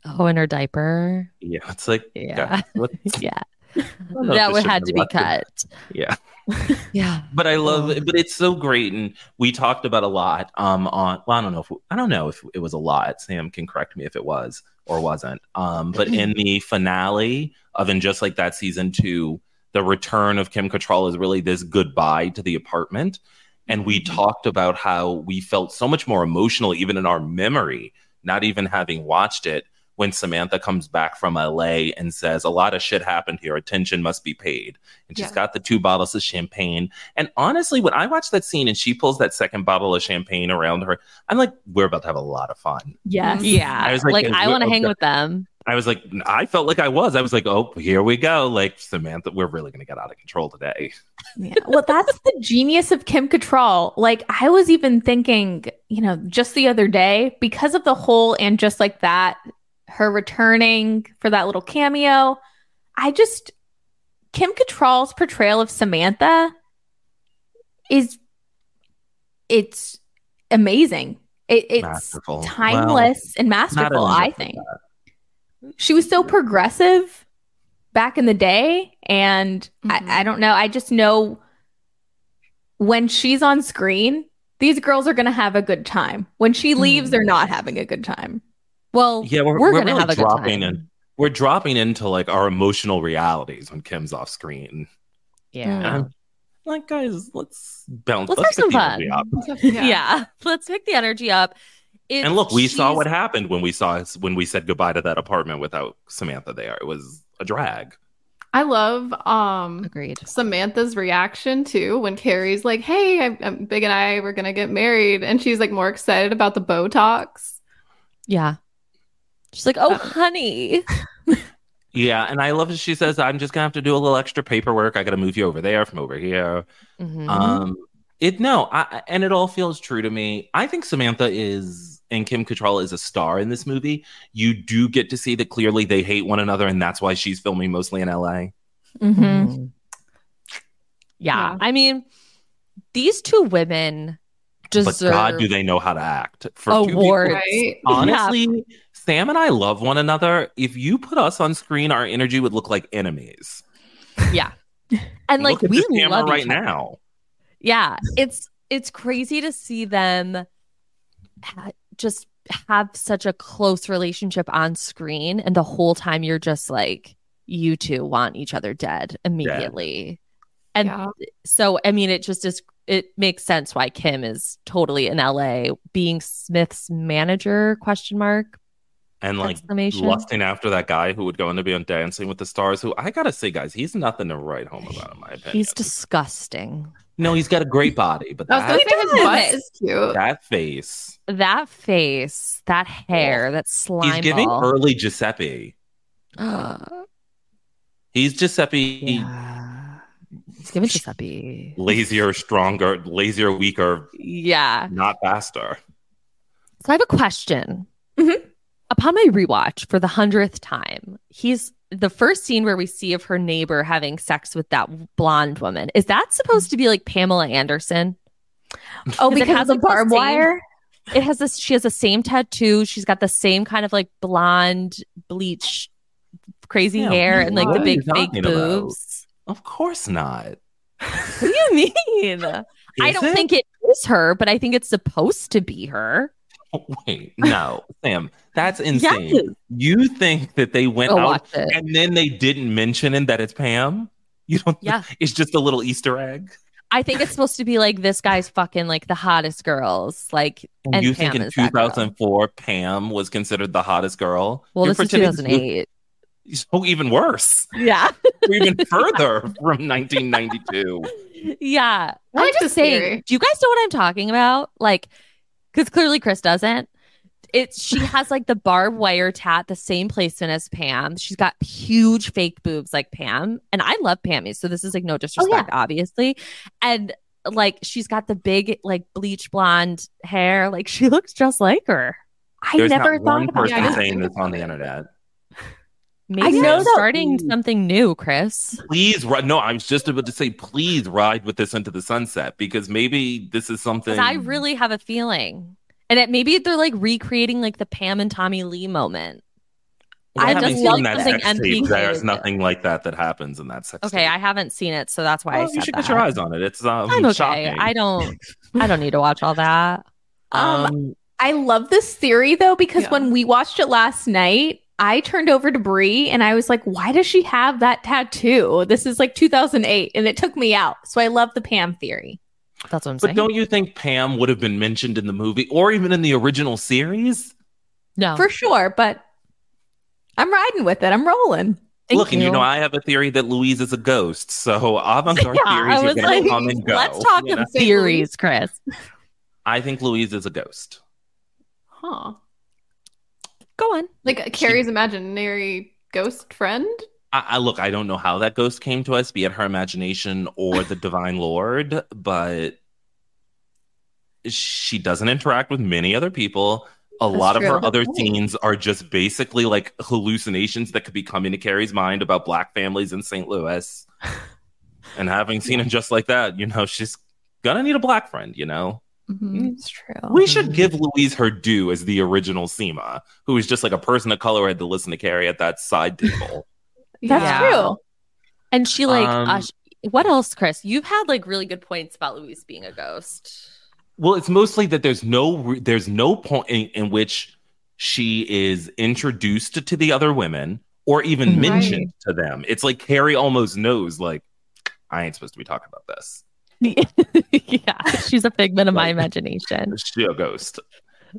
Oh, in her diaper. Yeah, <laughs> it's like, Yeah. <laughs> what- Yeah. I don't know if that this would should had have to be left it. cut. Yeah. <laughs> Yeah. but I love Oh. it. But it's so great, and we talked about a lot. Um, on well, I don't know if I don't know if it was a lot. Sam can correct me if it was or wasn't. Um, but <laughs> in the finale of in just like that season two, the return of Kim Cattrall is really this goodbye to the apartment, and we talked about how we felt so much more emotional, even in our memory, not even having watched it. When Samantha comes back from LA and says, A lot of shit happened here, attention must be paid. And she's Yeah. got the two bottles of champagne. And honestly, when I watch that scene and she pulls that second bottle of champagne around her, I'm like, we're about to have a lot of fun. yes. Yeah. I was like, like is I it- want to hang okay. with them. I was like, I felt like I was. I was like, oh, here we go. Like, Samantha, we're really going to get out of control today. Yeah. Well, that's the genius of Kim Cattrall. Like I was even thinking, you know, just the other day because of the whole and just like that, her returning for that little cameo. I just Kim Cattrall's portrayal of Samantha is it's amazing. It, it's Masterful. timeless and masterful. enough I of think she was so progressive back in the day, and Mhm. I, I don't know. I just know when she's on screen, these girls are going to have a good time. When she leaves, Mhm. they're not having a good time. Well, Yeah, we're, we're, we're, gonna really have a dropping good time. in. We're dropping into like our emotional realities when Kim's off screen. Yeah. Like, guys, let's bounce. Let's have get some the energy fun. up. yeah, <laughs> Let's pick the energy up. It's, and look, we saw she's- what happened when we saw when we said goodbye to that apartment without Samantha there. It was a drag. I love um Agreed. Samantha's reaction too when Carrie's like, "Hey, I'm, i Big and I we're gonna get married," and she's like more excited about the Botox. Yeah. She's like, oh, honey. Yeah, and I love that she says, "I'm just gonna have to do a little extra paperwork. I gotta move you over there from over here." Mhm. Um, It no, I, and it all feels true to me. I think Samantha is and Kim Cattrall is a star in this movie. You do get to see that clearly they hate one another, and that's why she's filming mostly in L.A. Mm-hmm. Yeah. Yeah. I mean, these two women But deserve God, do they know how to act for two people- awards. Right? Honestly, Sam and I love one another. If you put us on screen, our energy would look like enemies. And like look at we this camera love right each other. now. Yeah, it's it's crazy to see them ha- just have such a close relationship on screen, and the whole time you're just like, you two want each other dead immediately. And Yeah. so, I mean, it just is. It makes sense why Kim is totally in LA, being Smith's manager? Question mark And like exclamation. lusting after that guy who would go on to be on Dancing with the Stars, who I gotta say, guys, he's nothing to write home about, in my opinion. He's disgusting. no, he's got a great body, but I was gonna that, say his does. butt is cute. that face, That face, that hair, that slime. he's giving ball. early Giuseppe. <gasps> He's Giuseppe, Yeah. He's giving eh? Giuseppe. lazier, stronger, lazier, weaker, Yeah. not faster. So I have a question. Mhm. Upon my rewatch for the hundredth time, he's the first scene where we see of her neighbor having sex with that blonde woman. Is that supposed to be like Pamela Anderson? Oh, 'Cause it because of has, the like, the barbed same- wire. It has this. She has the same tattoo. She's got the same kind of like blonde bleach, crazy Yeah, hair, and like what the are big you fake talking about? boobs. Of course not. What do you <laughs> mean? I Is don't it? think it is her, but I think it's supposed to be her. <laughs> Wait, no, Sam, that's insane. <laughs> Yes. You think that they went Go out Oh, watch it. and then they didn't mention in that it's Pam? You don't. Yeah. <laughs> it's just a little Easter egg. I think it's supposed to be like this guy's fucking like the hottest girls. Like, And, And you Pam think in is that girl. 2004 Pam was considered the hottest girl? well, You're this is pretending this 2008. was- <laughs> So even worse, Yeah. or even further from 1992. yeah. I like I'm this just saying, theory. do you guys know what I'm talking about? Like, because clearly Chris doesn't. <laughs> It's she has like the barbed wire tat, the same placement as Pam. She's got huge fake boobs like Pam. And I love Pammy. So this is like Oh, no disrespect, obviously. And like she's got the big, like bleach blonde hair. Like she <laughs> looks just like her. I There's never not one thought about person that. saying this on the internet. Maybe I know am that- starting something new, Chris. Please, ri- no, I was just about to say, please ride with this into the sunset because maybe this is something. Because I really have a feeling. And it, maybe they're like recreating like the Pam and Tommy Lee moment. Well, I having just seen like that something sex empty tape, There's created. nothing like that that happens in that sex. Okay, tape. I haven't seen it, so that's why I Well, said you should that. get <laughs> your eyes on it. It's um, I'm okay. shocking. I don't. I don't need to watch <laughs> all that. Um, I love this theory though because Yeah. when we watched it last night, I turned over to Brie and I was like, "Why does she have that tattoo? This is like 2008," and it took me out. So I love the Pam theory. That's what I'm but saying. don't you think Pam would have been mentioned in the movie or even in the original series? no, for sure. But I'm riding with it. I'm rolling. Thank Look, and you know, I have a theory that Louise is a ghost. So <laughs> avant-garde yeah, theories I are was going like, to come and go. let's talk you know? of theories, Chris. I think Louise is a ghost. Huh. Go on. Like uh, Carrie's imaginary ghost friend? I, I look. I don't know how that ghost came to us, be it her imagination <laughs> or the Divine Lord, but she doesn't interact with many other people. A That's lot of true. her other Good point. scenes are just basically like hallucinations that could be coming to Carrie's mind about black families in St. Louis. <laughs> and having seen it just like that, you know, she's gonna need a black friend. You know, It's true. we should give Louise her due as the original Seema, who was just like a person of color who had to listen to Carrie at that side table. That's Yeah. true. And she like, Um, uh, sh- what else, Chris? You've had like really good points about Louise being <laughs> a ghost. Well, it's mostly that there's no re- there's no point in, in which she is introduced to the other women or even Mm-hmm. Mhm. mentioned to them. It's like Carrie almost knows, like I ain't supposed to be talking about this. yeah, she's a figment of my Like- imagination. She a ghost.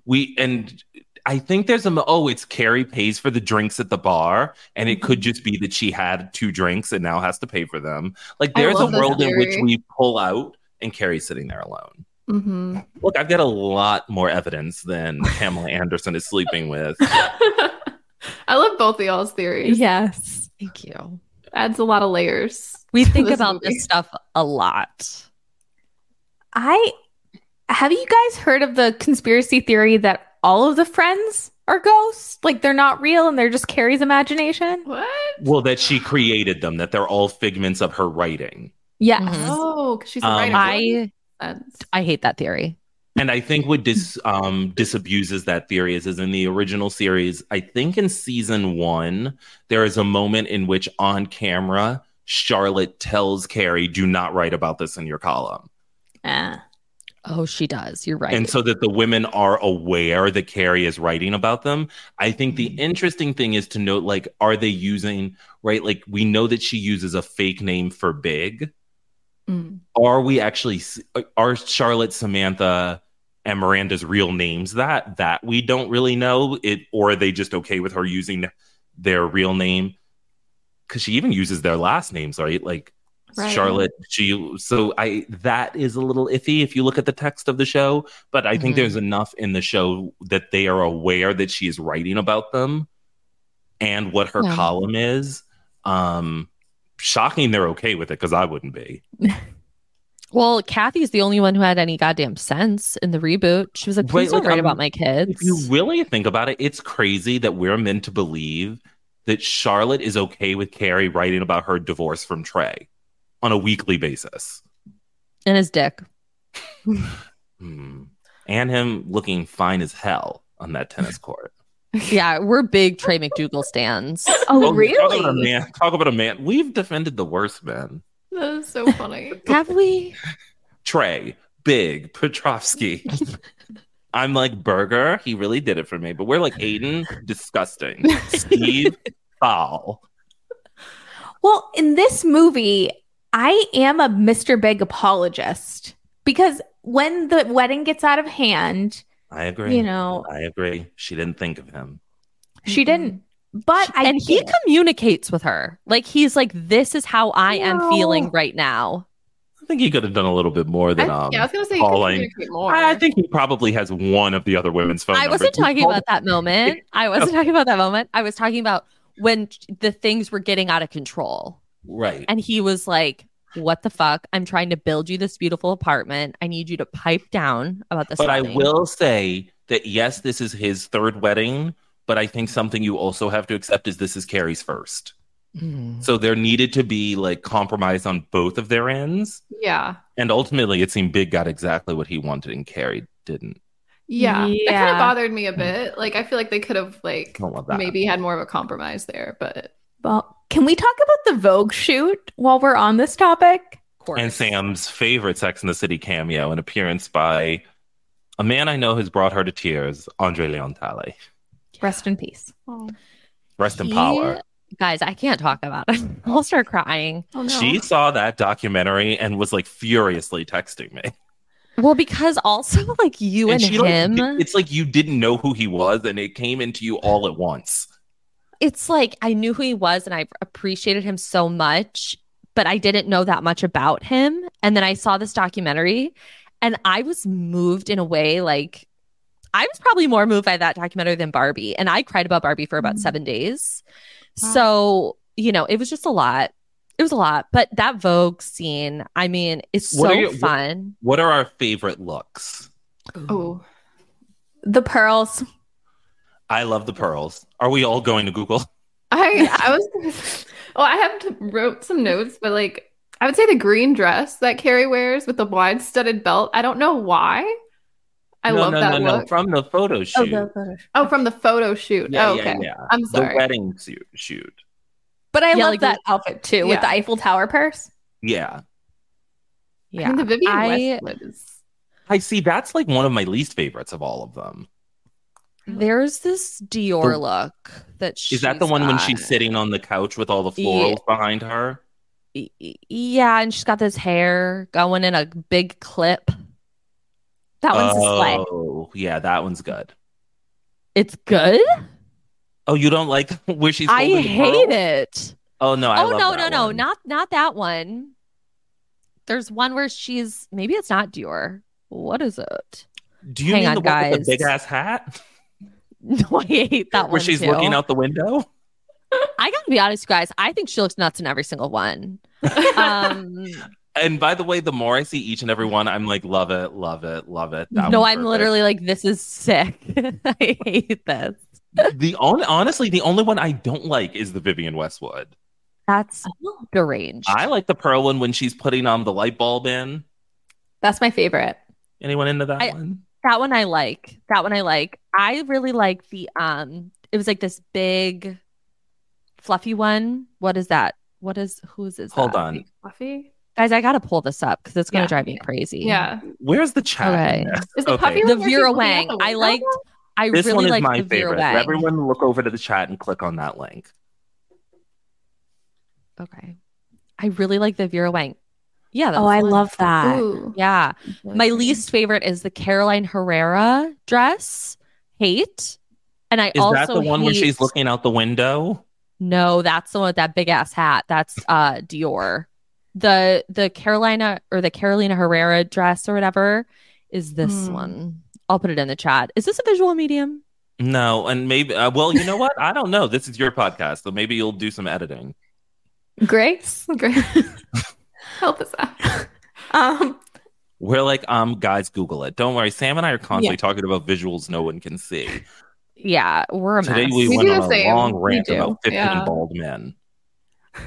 We and I think there's a mo- oh, it's Carrie pays for the drinks at the bar, and it Mm-hmm. could just be that she had two drinks and now has to pay for them. Like I there's a love that world in which theory. we pull out and Carrie's sitting there alone. Mm-hmm. <laughs> Look, I've got a lot more evidence than Pamela Anderson is sleeping with. I love both of y'all's theories. Yes. Thank you. Adds a lot of layers. We think This about movie. this stuff a lot. I have you guys heard of the conspiracy theory that all of the friends are ghosts? Like they're not real and they're just Carrie's imagination? What? Well, that she created them, that they're all figments of her writing. Yes. Mhm. Oh, 'cause she's a writer. Um, I Sense. I hate that theory. And I think what dis um disabuses that theory is is in the original series, I think in season one, there is a moment in which on camera Charlotte tells Carrie, do not write about this in your column. Eh. Oh, she does. You're right. And so that the women are aware that Carrie is writing about them. I think the Mm-hmm. interesting thing is to note like, are they using, right? Like, we know that she uses a fake name for Big. Mm. Are we actually, s- uh, are Charlotte, Samantha, and Miranda's real names that? That we don't really know. It, or are they just okay with her using their real name? Because she even uses their last names, right? Like, Right. Charlotte, she so I that is a little iffy if you look at the text of the show, but I think Mhm. there's enough in the show that they are aware that she is writing about them and what her Yeah. column is. Um shocking they're okay with it because I wouldn't be. well, Kathy's the only one who had any goddamn sense in the reboot. She was like, Right, please don't like, write um, about my kids. If you really think about it, it's crazy that we're meant to believe that Charlotte is okay with Carrie writing about her divorce from Trey on a weekly basis. and his dick. Hmm. And him looking fine as hell on that tennis <laughs> court. <laughs> Yeah, we're big Trey McDougal stands. Oh, Talk about a really? man. Talk about a man. We've defended the worst men. That is so funny. <laughs> Have we? Trey, Big, <laughs> Petrovsky. <laughs> I'm like Burger. He really did it for me. But we're like Aiden, disgusting. <laughs> Steve, foul. Well, in this movie, I am a Mr. Big apologist because when the wedding gets out of hand, I agree. you know, I agree. She didn't think of him. she didn't. But I and he think- communicates with her. Like he's like, this is how I am No. feeling right now. I think he could have done a little bit more than. I- um, yeah, I was gonna say you calling. can communicate more. I think he probably has one of the other women's phone I numbers. wasn't He talking called about <laughs> that moment. I wasn't talking about that moment. I was talking about when the things were getting out of control. Right. And he was like, what the fuck? I'm trying to build you this beautiful apartment. I need you to pipe down about this. But I wedding." will say that yes, this is his third wedding, but I think something you also have to accept is this is Carrie's first. Mm. So there needed to be like compromise on both of their ends. yeah. And ultimately it seemed Big got exactly what he wanted and Carrie didn't. Yeah. That kind Yeah. of bothered me a bit. Like I feel like they could have like I don't love that. maybe had more of a compromise there, but Well, can we talk about the Vogue shoot while we're on this topic? Of course. And Sam's favorite Sex in the City cameo, an appearance by a man I know has brought her to tears, Andre Leontale. Rest in peace. oh, Rest in He- power. Guys, I can't talk about it. <laughs> I'll start crying. no. She saw that documentary and was like furiously texting me. Well, because also like you and, And she, like, him. di- it's like you didn't know who he was, and it came into you all at once. it's like I knew who he was and I appreciated him so much, but I didn't know that much about him. And then I saw this documentary and I was moved in a way like I was probably more moved by that documentary than Barbie. And I cried about Barbie for about Mhm. seven days. Wow. So, you know, it was just a lot. It was a lot. But that Vogue scene, I mean, it's What so are your- what- fun. What are our favorite looks? Oh, The pearls. I love the pearls. Are we all going to Google? I I was well, I have to, wrote some notes, but like I would say the green dress that Carrie wears with the wide studded belt. I don't know why. I no, love no, that no, look. no, from the photo shoot. Oh, from the photo shoot. Yeah, oh, yeah, okay. yeah. I'm The sorry. wedding suit shoot. But I Yeah, love like- that outfit too with Yeah. the Eiffel Tower purse. Yeah, Yeah. I mean, the Vivian I- Westwood is I see. That's like one of my least favorites of all of them. There's this Dior The- look that Is that the one when got. she's sitting on the couch with all the florals behind her? y- yeah, and she's got this hair going in a big clip. That one's a slay. oh, yeah, that one's good. It's good. Oh, you don't like <laughs> where she's? I holding the hate pearl? it. Oh no! I oh love no, no, that no, one. not not that one. There's one where she's maybe it's not Dior. What is it? <laughs> Do you Hang mean on, the one with guys. the big ass hat? No, I hate that where one. she's too. looking out the window? <laughs> <laughs> I gotta be honest, you guys. I think she looks nuts in every single one. Um, And by the way, the more I see each and every one, I'm like, love it, love it, love it. That no, one's I'm perfect. literally <laughs> like, this is sick. <laughs> I hate this. the only honestly, the only one I don't like is the Vivian Westwood. That's deranged. I like the Pearl one when she's putting um the light bulb in. That's my favorite. Anyone into that I- one? that one I like. That one I like. I really like the um it was like this big fluffy one. What is that? What is whose is Hold that? on. Fluffy? Guys, I gotta pull this up because it's gonna Yeah. drive me crazy. Yeah. Where's the chat? Okay. Is the Okay. puppy The one where Vera she's looking Wang. out the I window? liked I This really one is like my the Vera favorite. Wang. Everyone look over to the chat and click on that link. Okay. I really like the Vera Wang. Yeah. Oh, that's I the one. love that. Ooh. Yeah. My least favorite is the Caroline Herrera dress. Hate. And I Is also that the one where she's hate- looking out the window? No, that's the one with that big ass hat. That's uh Dior. The the Carolina or the Carolina Herrera dress or whatever is this Hmm. one. I'll put it in the chat. Is this a visual medium? No, and maybe. Uh, well, you know what? I don't know. This is your podcast, so maybe you'll do some editing. Grace. Great. Help us <laughs> out. Um, We're like, um, guys, Google it. Don't worry. Sam and I are constantly talking about visuals no one can see. Yeah, we're a mess. Today we We went do on the a same. long We rant do. about 15 Yeah. bald men.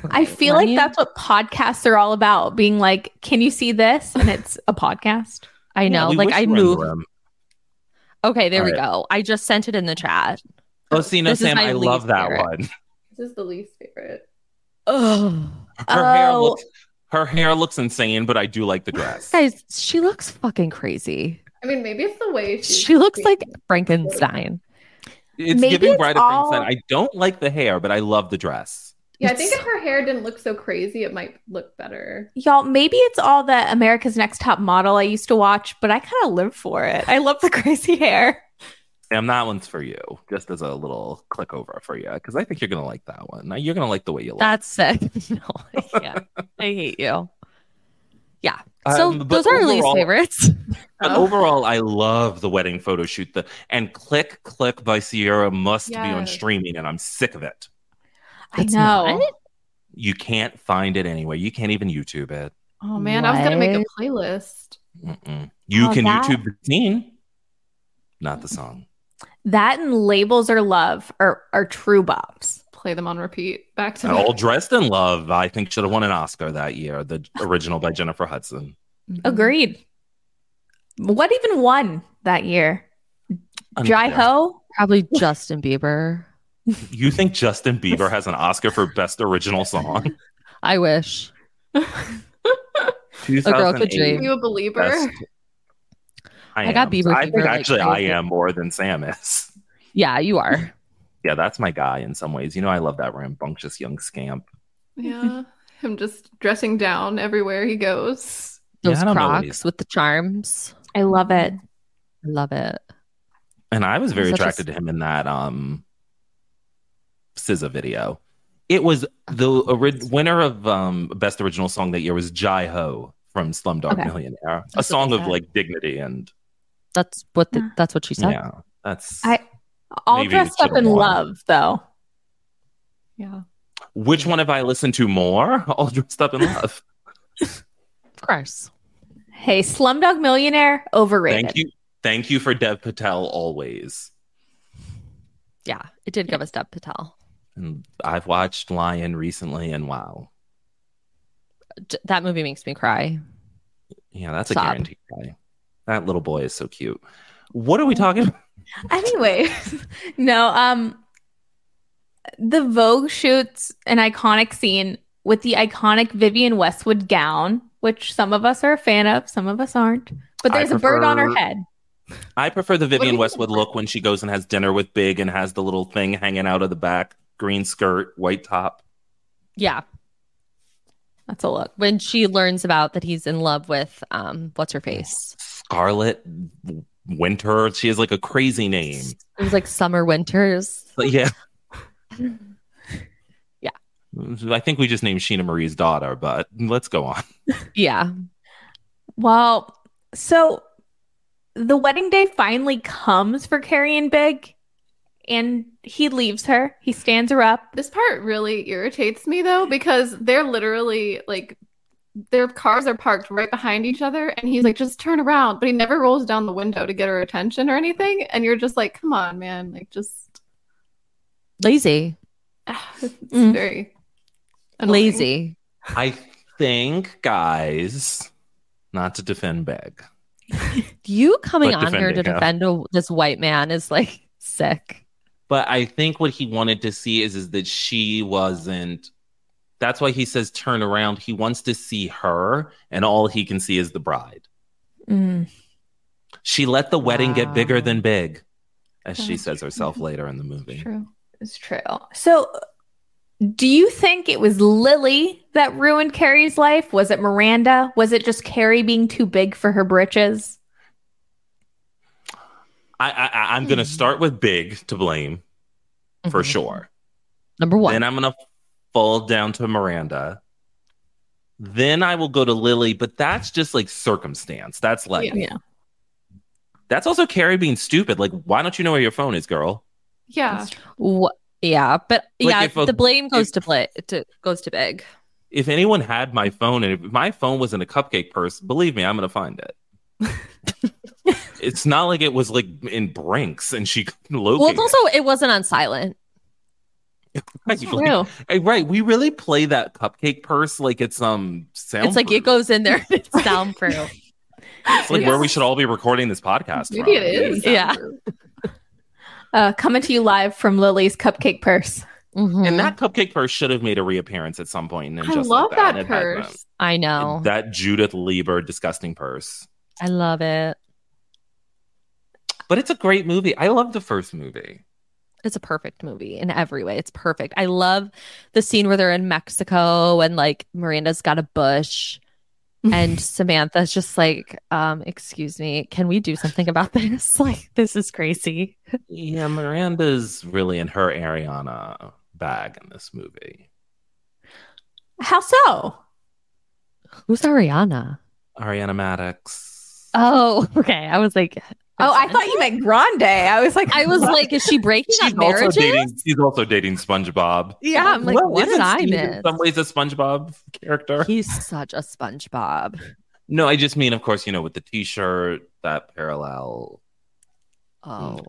I feel Let like me- that's what podcasts are all about. Being like, can you see this? And it's a podcast. I Yeah, know. we like wish I we were in the moved. room. Okay, there All we go. I just sent it in the chat. Oh, see, no, This is Sam, my I least love that favorite. one. <laughs> This is the least favorite. Ugh. Her hair Oh. looks, her hair looks insane, but I do like the dress. Guys, she looks fucking crazy. I mean, maybe it's the way she's She looks like Frankenstein. It's Maybe giving it's Bride of all- Frankenstein. I don't like the hair, but I love the dress. Yeah, I think if her hair didn't look so crazy, it might look better. Y'all, maybe it's all the America's Next Top Model I used to watch, but I kind of live for it. I love the <laughs> crazy hair. Sam, that one's for you, just as a little click over for you, because I think you're going to like that one. Now, You're going to like the way you look. That's sick. <laughs> no, yeah. I hate you. So Um, but those are our least overall- favorites. But Oh. overall, I love the wedding photo shoot. The and click click by Sierra must be on Yes. streaming, and I'm sick of it. It's I know. not? You can't find it anywhere. You can't even YouTube it. Oh man, I was gonna make What? a playlist. Mm-mm. You Oh, can that- YouTube the scene, not the <laughs> song. That and labels are love are are true bops. Play them on repeat back to And All back. Dressed in Love, I think, should have won an Oscar that year. The original by Jennifer Hudson. Mm-hmm. Agreed. What even won that year? Jai Unfair. Ho? Probably Justin Bieber. You think Justin Bieber has an Oscar for Best Original <laughs> Song? I wish. A Girl Could Dream. Are you a believer? Best. I, I got am. Bieber I fever, think like, actually I crazy. am more than Sam is. Yeah, you are. Yeah, that's my guy in some ways. You know, I love that rambunctious young scamp. Yeah. Him just dressing down everywhere he goes. Yeah, Those I don't know what he Crocs with the charms. I love it. I love it. And I was very Such a attracted to him in that um SZA video. It was the ori- winner of um best original song that year was Jai Ho from Slumdog Okay. Millionaire. That's what a song they of said. like dignity and That's what the, Yeah. that's what she said. yeah. That's I- All Maybe dressed it up in should've won. love, though. Yeah. which one have I listened to more? <laughs> All dressed <laughs> up in love. Of course. Hey, Slumdog Millionaire, overrated. Thank you. Thank you for Dev Patel always. Yeah, it did give us Deb Patel. And I've watched Lion recently and wow. J- That movie makes me cry. Yeah, that's a Sob. guarantee guy. That little boy is so cute. What are we talking about? Anyway, <laughs> no, um the Vogue shoots an iconic scene with the iconic Vivian Westwood gown, which some of us are a fan of, some of us aren't. But I there's a bird on her prefer- head. I prefer do the you Vivian think Westwood look when she goes and has dinner with Big and has the little thing hanging out of the back, green skirt, white top. Yeah, That's a look. when she learns about that he's in love with um what's her face? Scarlet Winter. She has like a crazy name. It was like Summer Winters. But yeah. Yeah. I think we just named Sheena Marie's daughter, but let's go on. Yeah. Well, so the wedding day finally comes for Carrie and Big, and he leaves her. He stands her up. This part really irritates me though, because they're literally like their cars are parked right behind each other and he's like just turn around but he never rolls down the window to get her attention or anything and you're just like come on man like just <sighs> Lazy. it's Mm. very annoying. Lazy. I think, guys, not to defend Beg. You coming But on here to defending, huh? defend a, this white man is like sick. But I think what he wanted to see is, is that she wasn't. That's why he says turn around. He wants to see her, and all he can see is the bride. Mm. She let the wedding get bigger Wow. than big, as she That's says true. herself later in the movie. Mm-hmm. true It's true. So, do you think it was Lily that ruined Carrie's life? Was it Miranda? Was it just Carrie being too big for her britches? I, I, I- I'm going to Mm-hmm. Hmm. start with big to blame for Mhm. sure. Number one. Then I'm going to fall down to Miranda. Then I will go to Lily, but that's just like circumstance. That's like, Yeah. that's also Carrie being stupid. Like, why don't you know where your phone is, girl? yeah Wh- yeah, but yeah, if a- the blame goes if- to play to goes to big. If anyone had my phone and if my phone was in a cupcake purse, believe me, I'm going to find it. <laughs> it's not like it was like in Brinks and she <laughs> couldn't locate Well, it's also it wasn't on silent. it. Like, Hey, right. We really play that cupcake purse like it's um sound. It's like it goes in there. and <laughs> It's soundproof. It's like where we should all be recording this podcast. maybe from. it is Yeah. Uh, coming to you live from Lily's cupcake purse. Mhm. And that cupcake purse should have made a reappearance at some point. And i just love that, like that, and it hasn't. purse I know. That Judith Lieber disgusting purse. I love it. But it's a great movie. I love the first movie. It's a perfect movie in every way. It's perfect. I love the scene where they're in Mexico and like Miranda's got a bush <laughs> and Samantha's just like, um, excuse me, can we do something about this? <laughs> Like, this is crazy. Yeah, Miranda's really in her Ariana bag in this movie. How so? Who's Ariana? Ariana Maddox. Oh, <laughs> okay. I was like, Oh, I thought you meant Grande. I was like, I was like, is she breaking She's up also marriages? dating. She's also dating SpongeBob. Yeah, I'm like, what did isn't I Steve miss? In some ways, a SpongeBob character. He's such a SpongeBob. No, I just mean, of course, you know, with the T-shirt that parallel. Oh,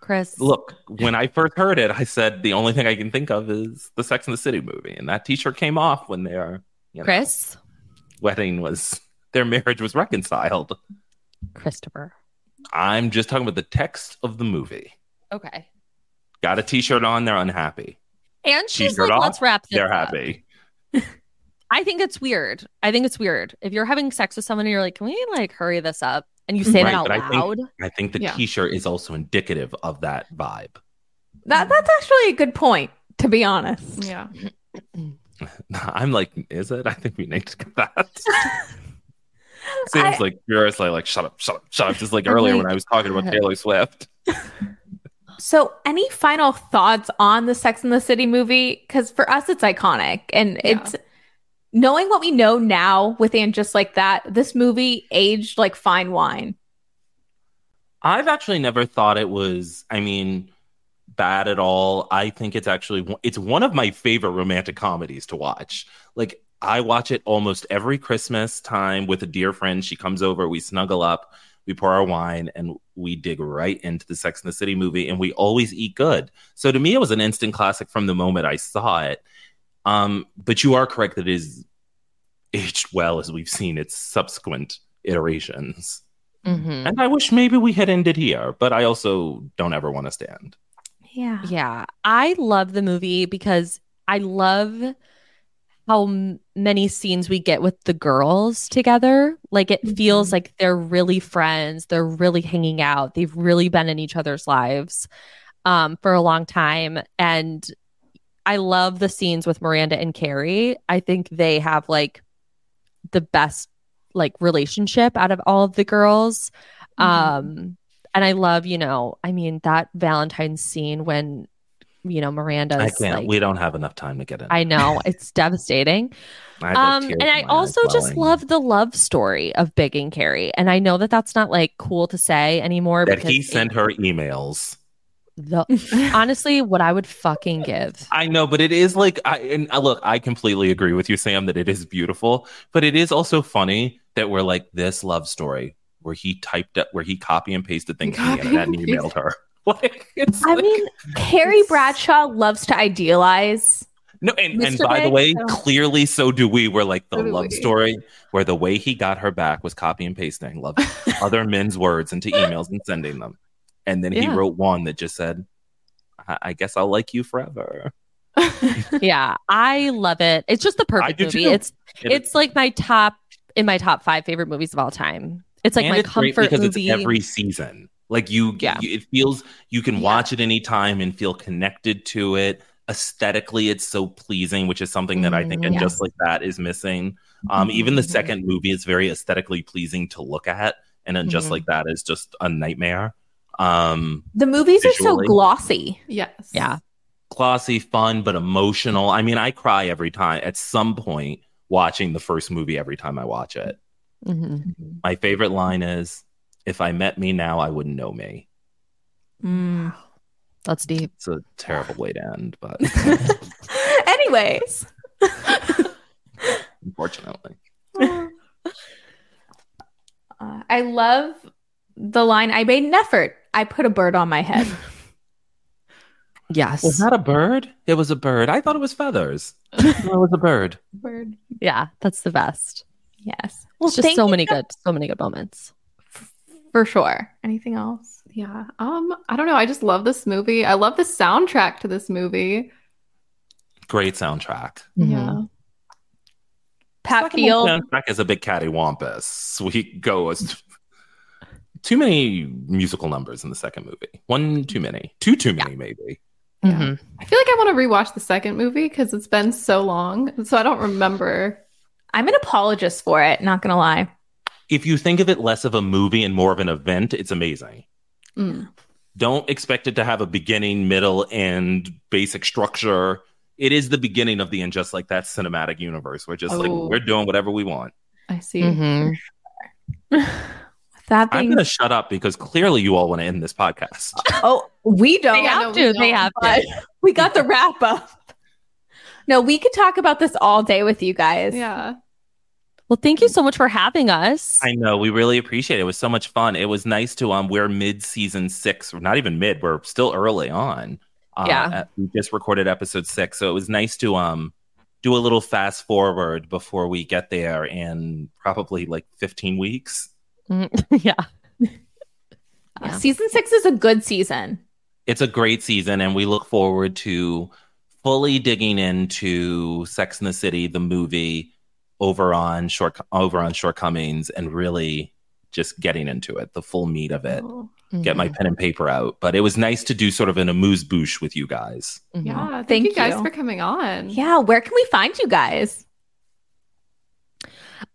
Chris. Look, when I first heard it, I said the only thing I can think of is the Sex and the City movie, and that T-shirt came off when their you know, Chris, wedding was their marriage was reconciled. Christopher. I'm just talking about the text of the movie. Okay. Got a T-shirt on, they're unhappy. And she's T-shirt like, off, let's wrap this They're up." happy. I think it's weird. I think it's weird. If you're having sex with someone and you're like, can we like hurry this up? And you say Right, that out but I think- loud. I think the Yeah. T-shirt is also indicative of that vibe. <laughs> that, that's actually a good point, to be honest. yeah I'm like, is it? I think we need to get that. Sam's I- like furiously like, shut up, shut up, shut up. Just like I'm earlier like, when I was talking about God. Taylor Swift. So, any final thoughts on the Sex and the City movie? Because for us, it's iconic, and Yeah. it's knowing what we know now with and just like that. This movie aged like fine wine. I've actually never thought it was, I mean, bad at all. I think it's actually one- it's one of my favorite romantic comedies to watch. Like I watch it almost every Christmas time with a dear friend. She comes over, we snuggle up, we pour our wine and we dig right into the Sex and the City movie and we always eat good. So to me it was an instant classic from the moment I saw it. Um but you are correct that it is aged well as we've seen its subsequent iterations. Mhm. And I wish maybe we had ended here, but I also don't ever want us to stand. Yeah. Yeah. I love the movie because I love how m- many scenes we get with the girls together. Like it feels like they're really friends. They're really hanging out. They've really been in each other's lives um, for a long time. And I love the scenes with Miranda and Carrie. I think they have like the best like relationship out of all of the girls. Mhm. Um, and I love, you know, I mean that Valentine's scene when, you know, Miranda's I can't. like, we don't have enough time to get in. I know <laughs> it's devastating I have, um, like, tears and in my I eyes also just welling. love the love story of Big and Carrie. And I know that that's not like cool to say anymore that because he it- sent her emails. the <laughs> honestly what I would fucking give. I know, but it is like I and uh, look, I completely agree with you, Sam, that it is beautiful, but it is also funny that we're like this love story where he typed up where he copy and pasted things from the Copy internet and and emailed her. <laughs> Like <laughs> it's I like- mean, Carrie Bradshaw loves to idealize. no, and, and Mr. by the Big, way, so- clearly so do we. We're like Oh. the So do love we. story where the way he got her back was copy and <laughs> pasting love other men's words into emails and sending them. And then he Yeah. wrote one that just said, I, I guess I'll like you forever. Yeah, I love it. It's just the I perfect do movie. too. It's It- it's like my top in my top five favorite movies of all time. It's like and my it's great comfort because movie. it's every season. Like you, Yeah. you- it feels you can Yeah. watch it anytime and feel connected to it. Aesthetically, it's so pleasing, which is something that I think, and Mhm. just like that, is missing. Um, even Mm-hmm. the second movie is very aesthetically pleasing to look at, and then just Mhm. like that is just a nightmare. Um, The movies are Visually. so glossy. yes. yeah. glossy, fun, but emotional. I mean, I cry every time at some point watching the first movie every time I watch it. Mhm. My favorite line is, "If I met me now, I wouldn't know me." That's deep. It's a terrible way to end, <laughs> but Anyways, unfortunately. Uh, I love the line I made an effort. I put a bird on my head. Yes. Was that a bird? It was a bird. I thought it was feathers. no, it was a bird. Bird. yeah, that's the best. Yes. Well, it's just thank so you many good, so many good moments. For sure. Anything else? Yeah. Um, I don't know. I just love this movie. I love the soundtrack to this movie. Great soundtrack. Mhm. Mm-hmm. Yeah. Pat Second Field. one Soundtrack is a bit cattywampus. We go as too many musical numbers in the second movie. One too many. Two too many, maybe. Yeah. Mhm. I feel like I want to rewatch the second movie because it's been so long. So I don't remember. I'm an apologist for it, not gonna lie. If you think of it less of a movie and more of an event, it's amazing. Mm. Don't expect it to have a beginning, middle, and basic structure. It is the beginning of the and just like that cinematic universe. We're just like Oh. we're doing whatever we want. I see. Mm-hmm. Mhm. That I'm being going to shut up because clearly you all want to end this podcast. Oh, we don't. They have to. They have to. We got the wrap up. No, we could talk about this all day with you guys. Yeah. Well, thank you so much for having us. I know we really appreciate it. It was so much fun. It was nice to um. We're mid season six. We're not even mid. We're still early on. Uh, Yeah. uh, we just recorded episode six, so it was nice to um do a little fast forward before we get there in probably like 15 weeks. <laughs> yeah. Yeah. Uh, Season six is a good season. It's a great season, and we look forward to fully digging into Sex in the City, the movie, over on short over on shortcomings, and really just getting into it, the full meat of it. Oh. Get Mm-hmm. my pen and paper out, but it was nice to do sort of an amuse bouche with you guys. Mhm. Mm-hmm. Yeah. Thank, Mm-hmm. Thank you guys you. for coming on. Yeah. Where can we find you guys?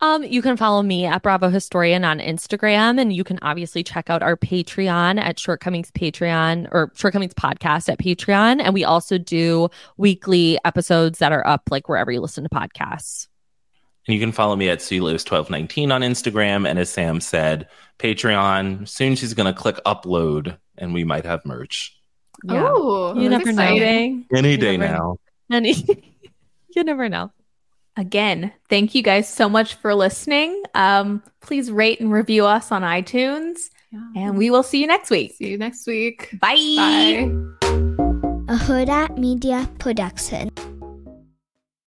Um, you can follow me at Bravo Historian on Instagram, and you can obviously check out our Patreon at Shortcomings Patreon or Shortcomings Podcast at Patreon. And we also do weekly episodes that are up like wherever you listen to podcasts. <laughs> And you can follow me at CLewis1219 on Instagram. And as Sam said, Patreon. Soon she's going to click upload and we might have merch Oh, you that's never exciting. know. any You day never- now. Any- you never know. Again, thank you guys so much for listening. Um, please rate and review us on iTunes, Yeah. and we will see you next week. see you next week. Bye. Bye. a Huda Media production.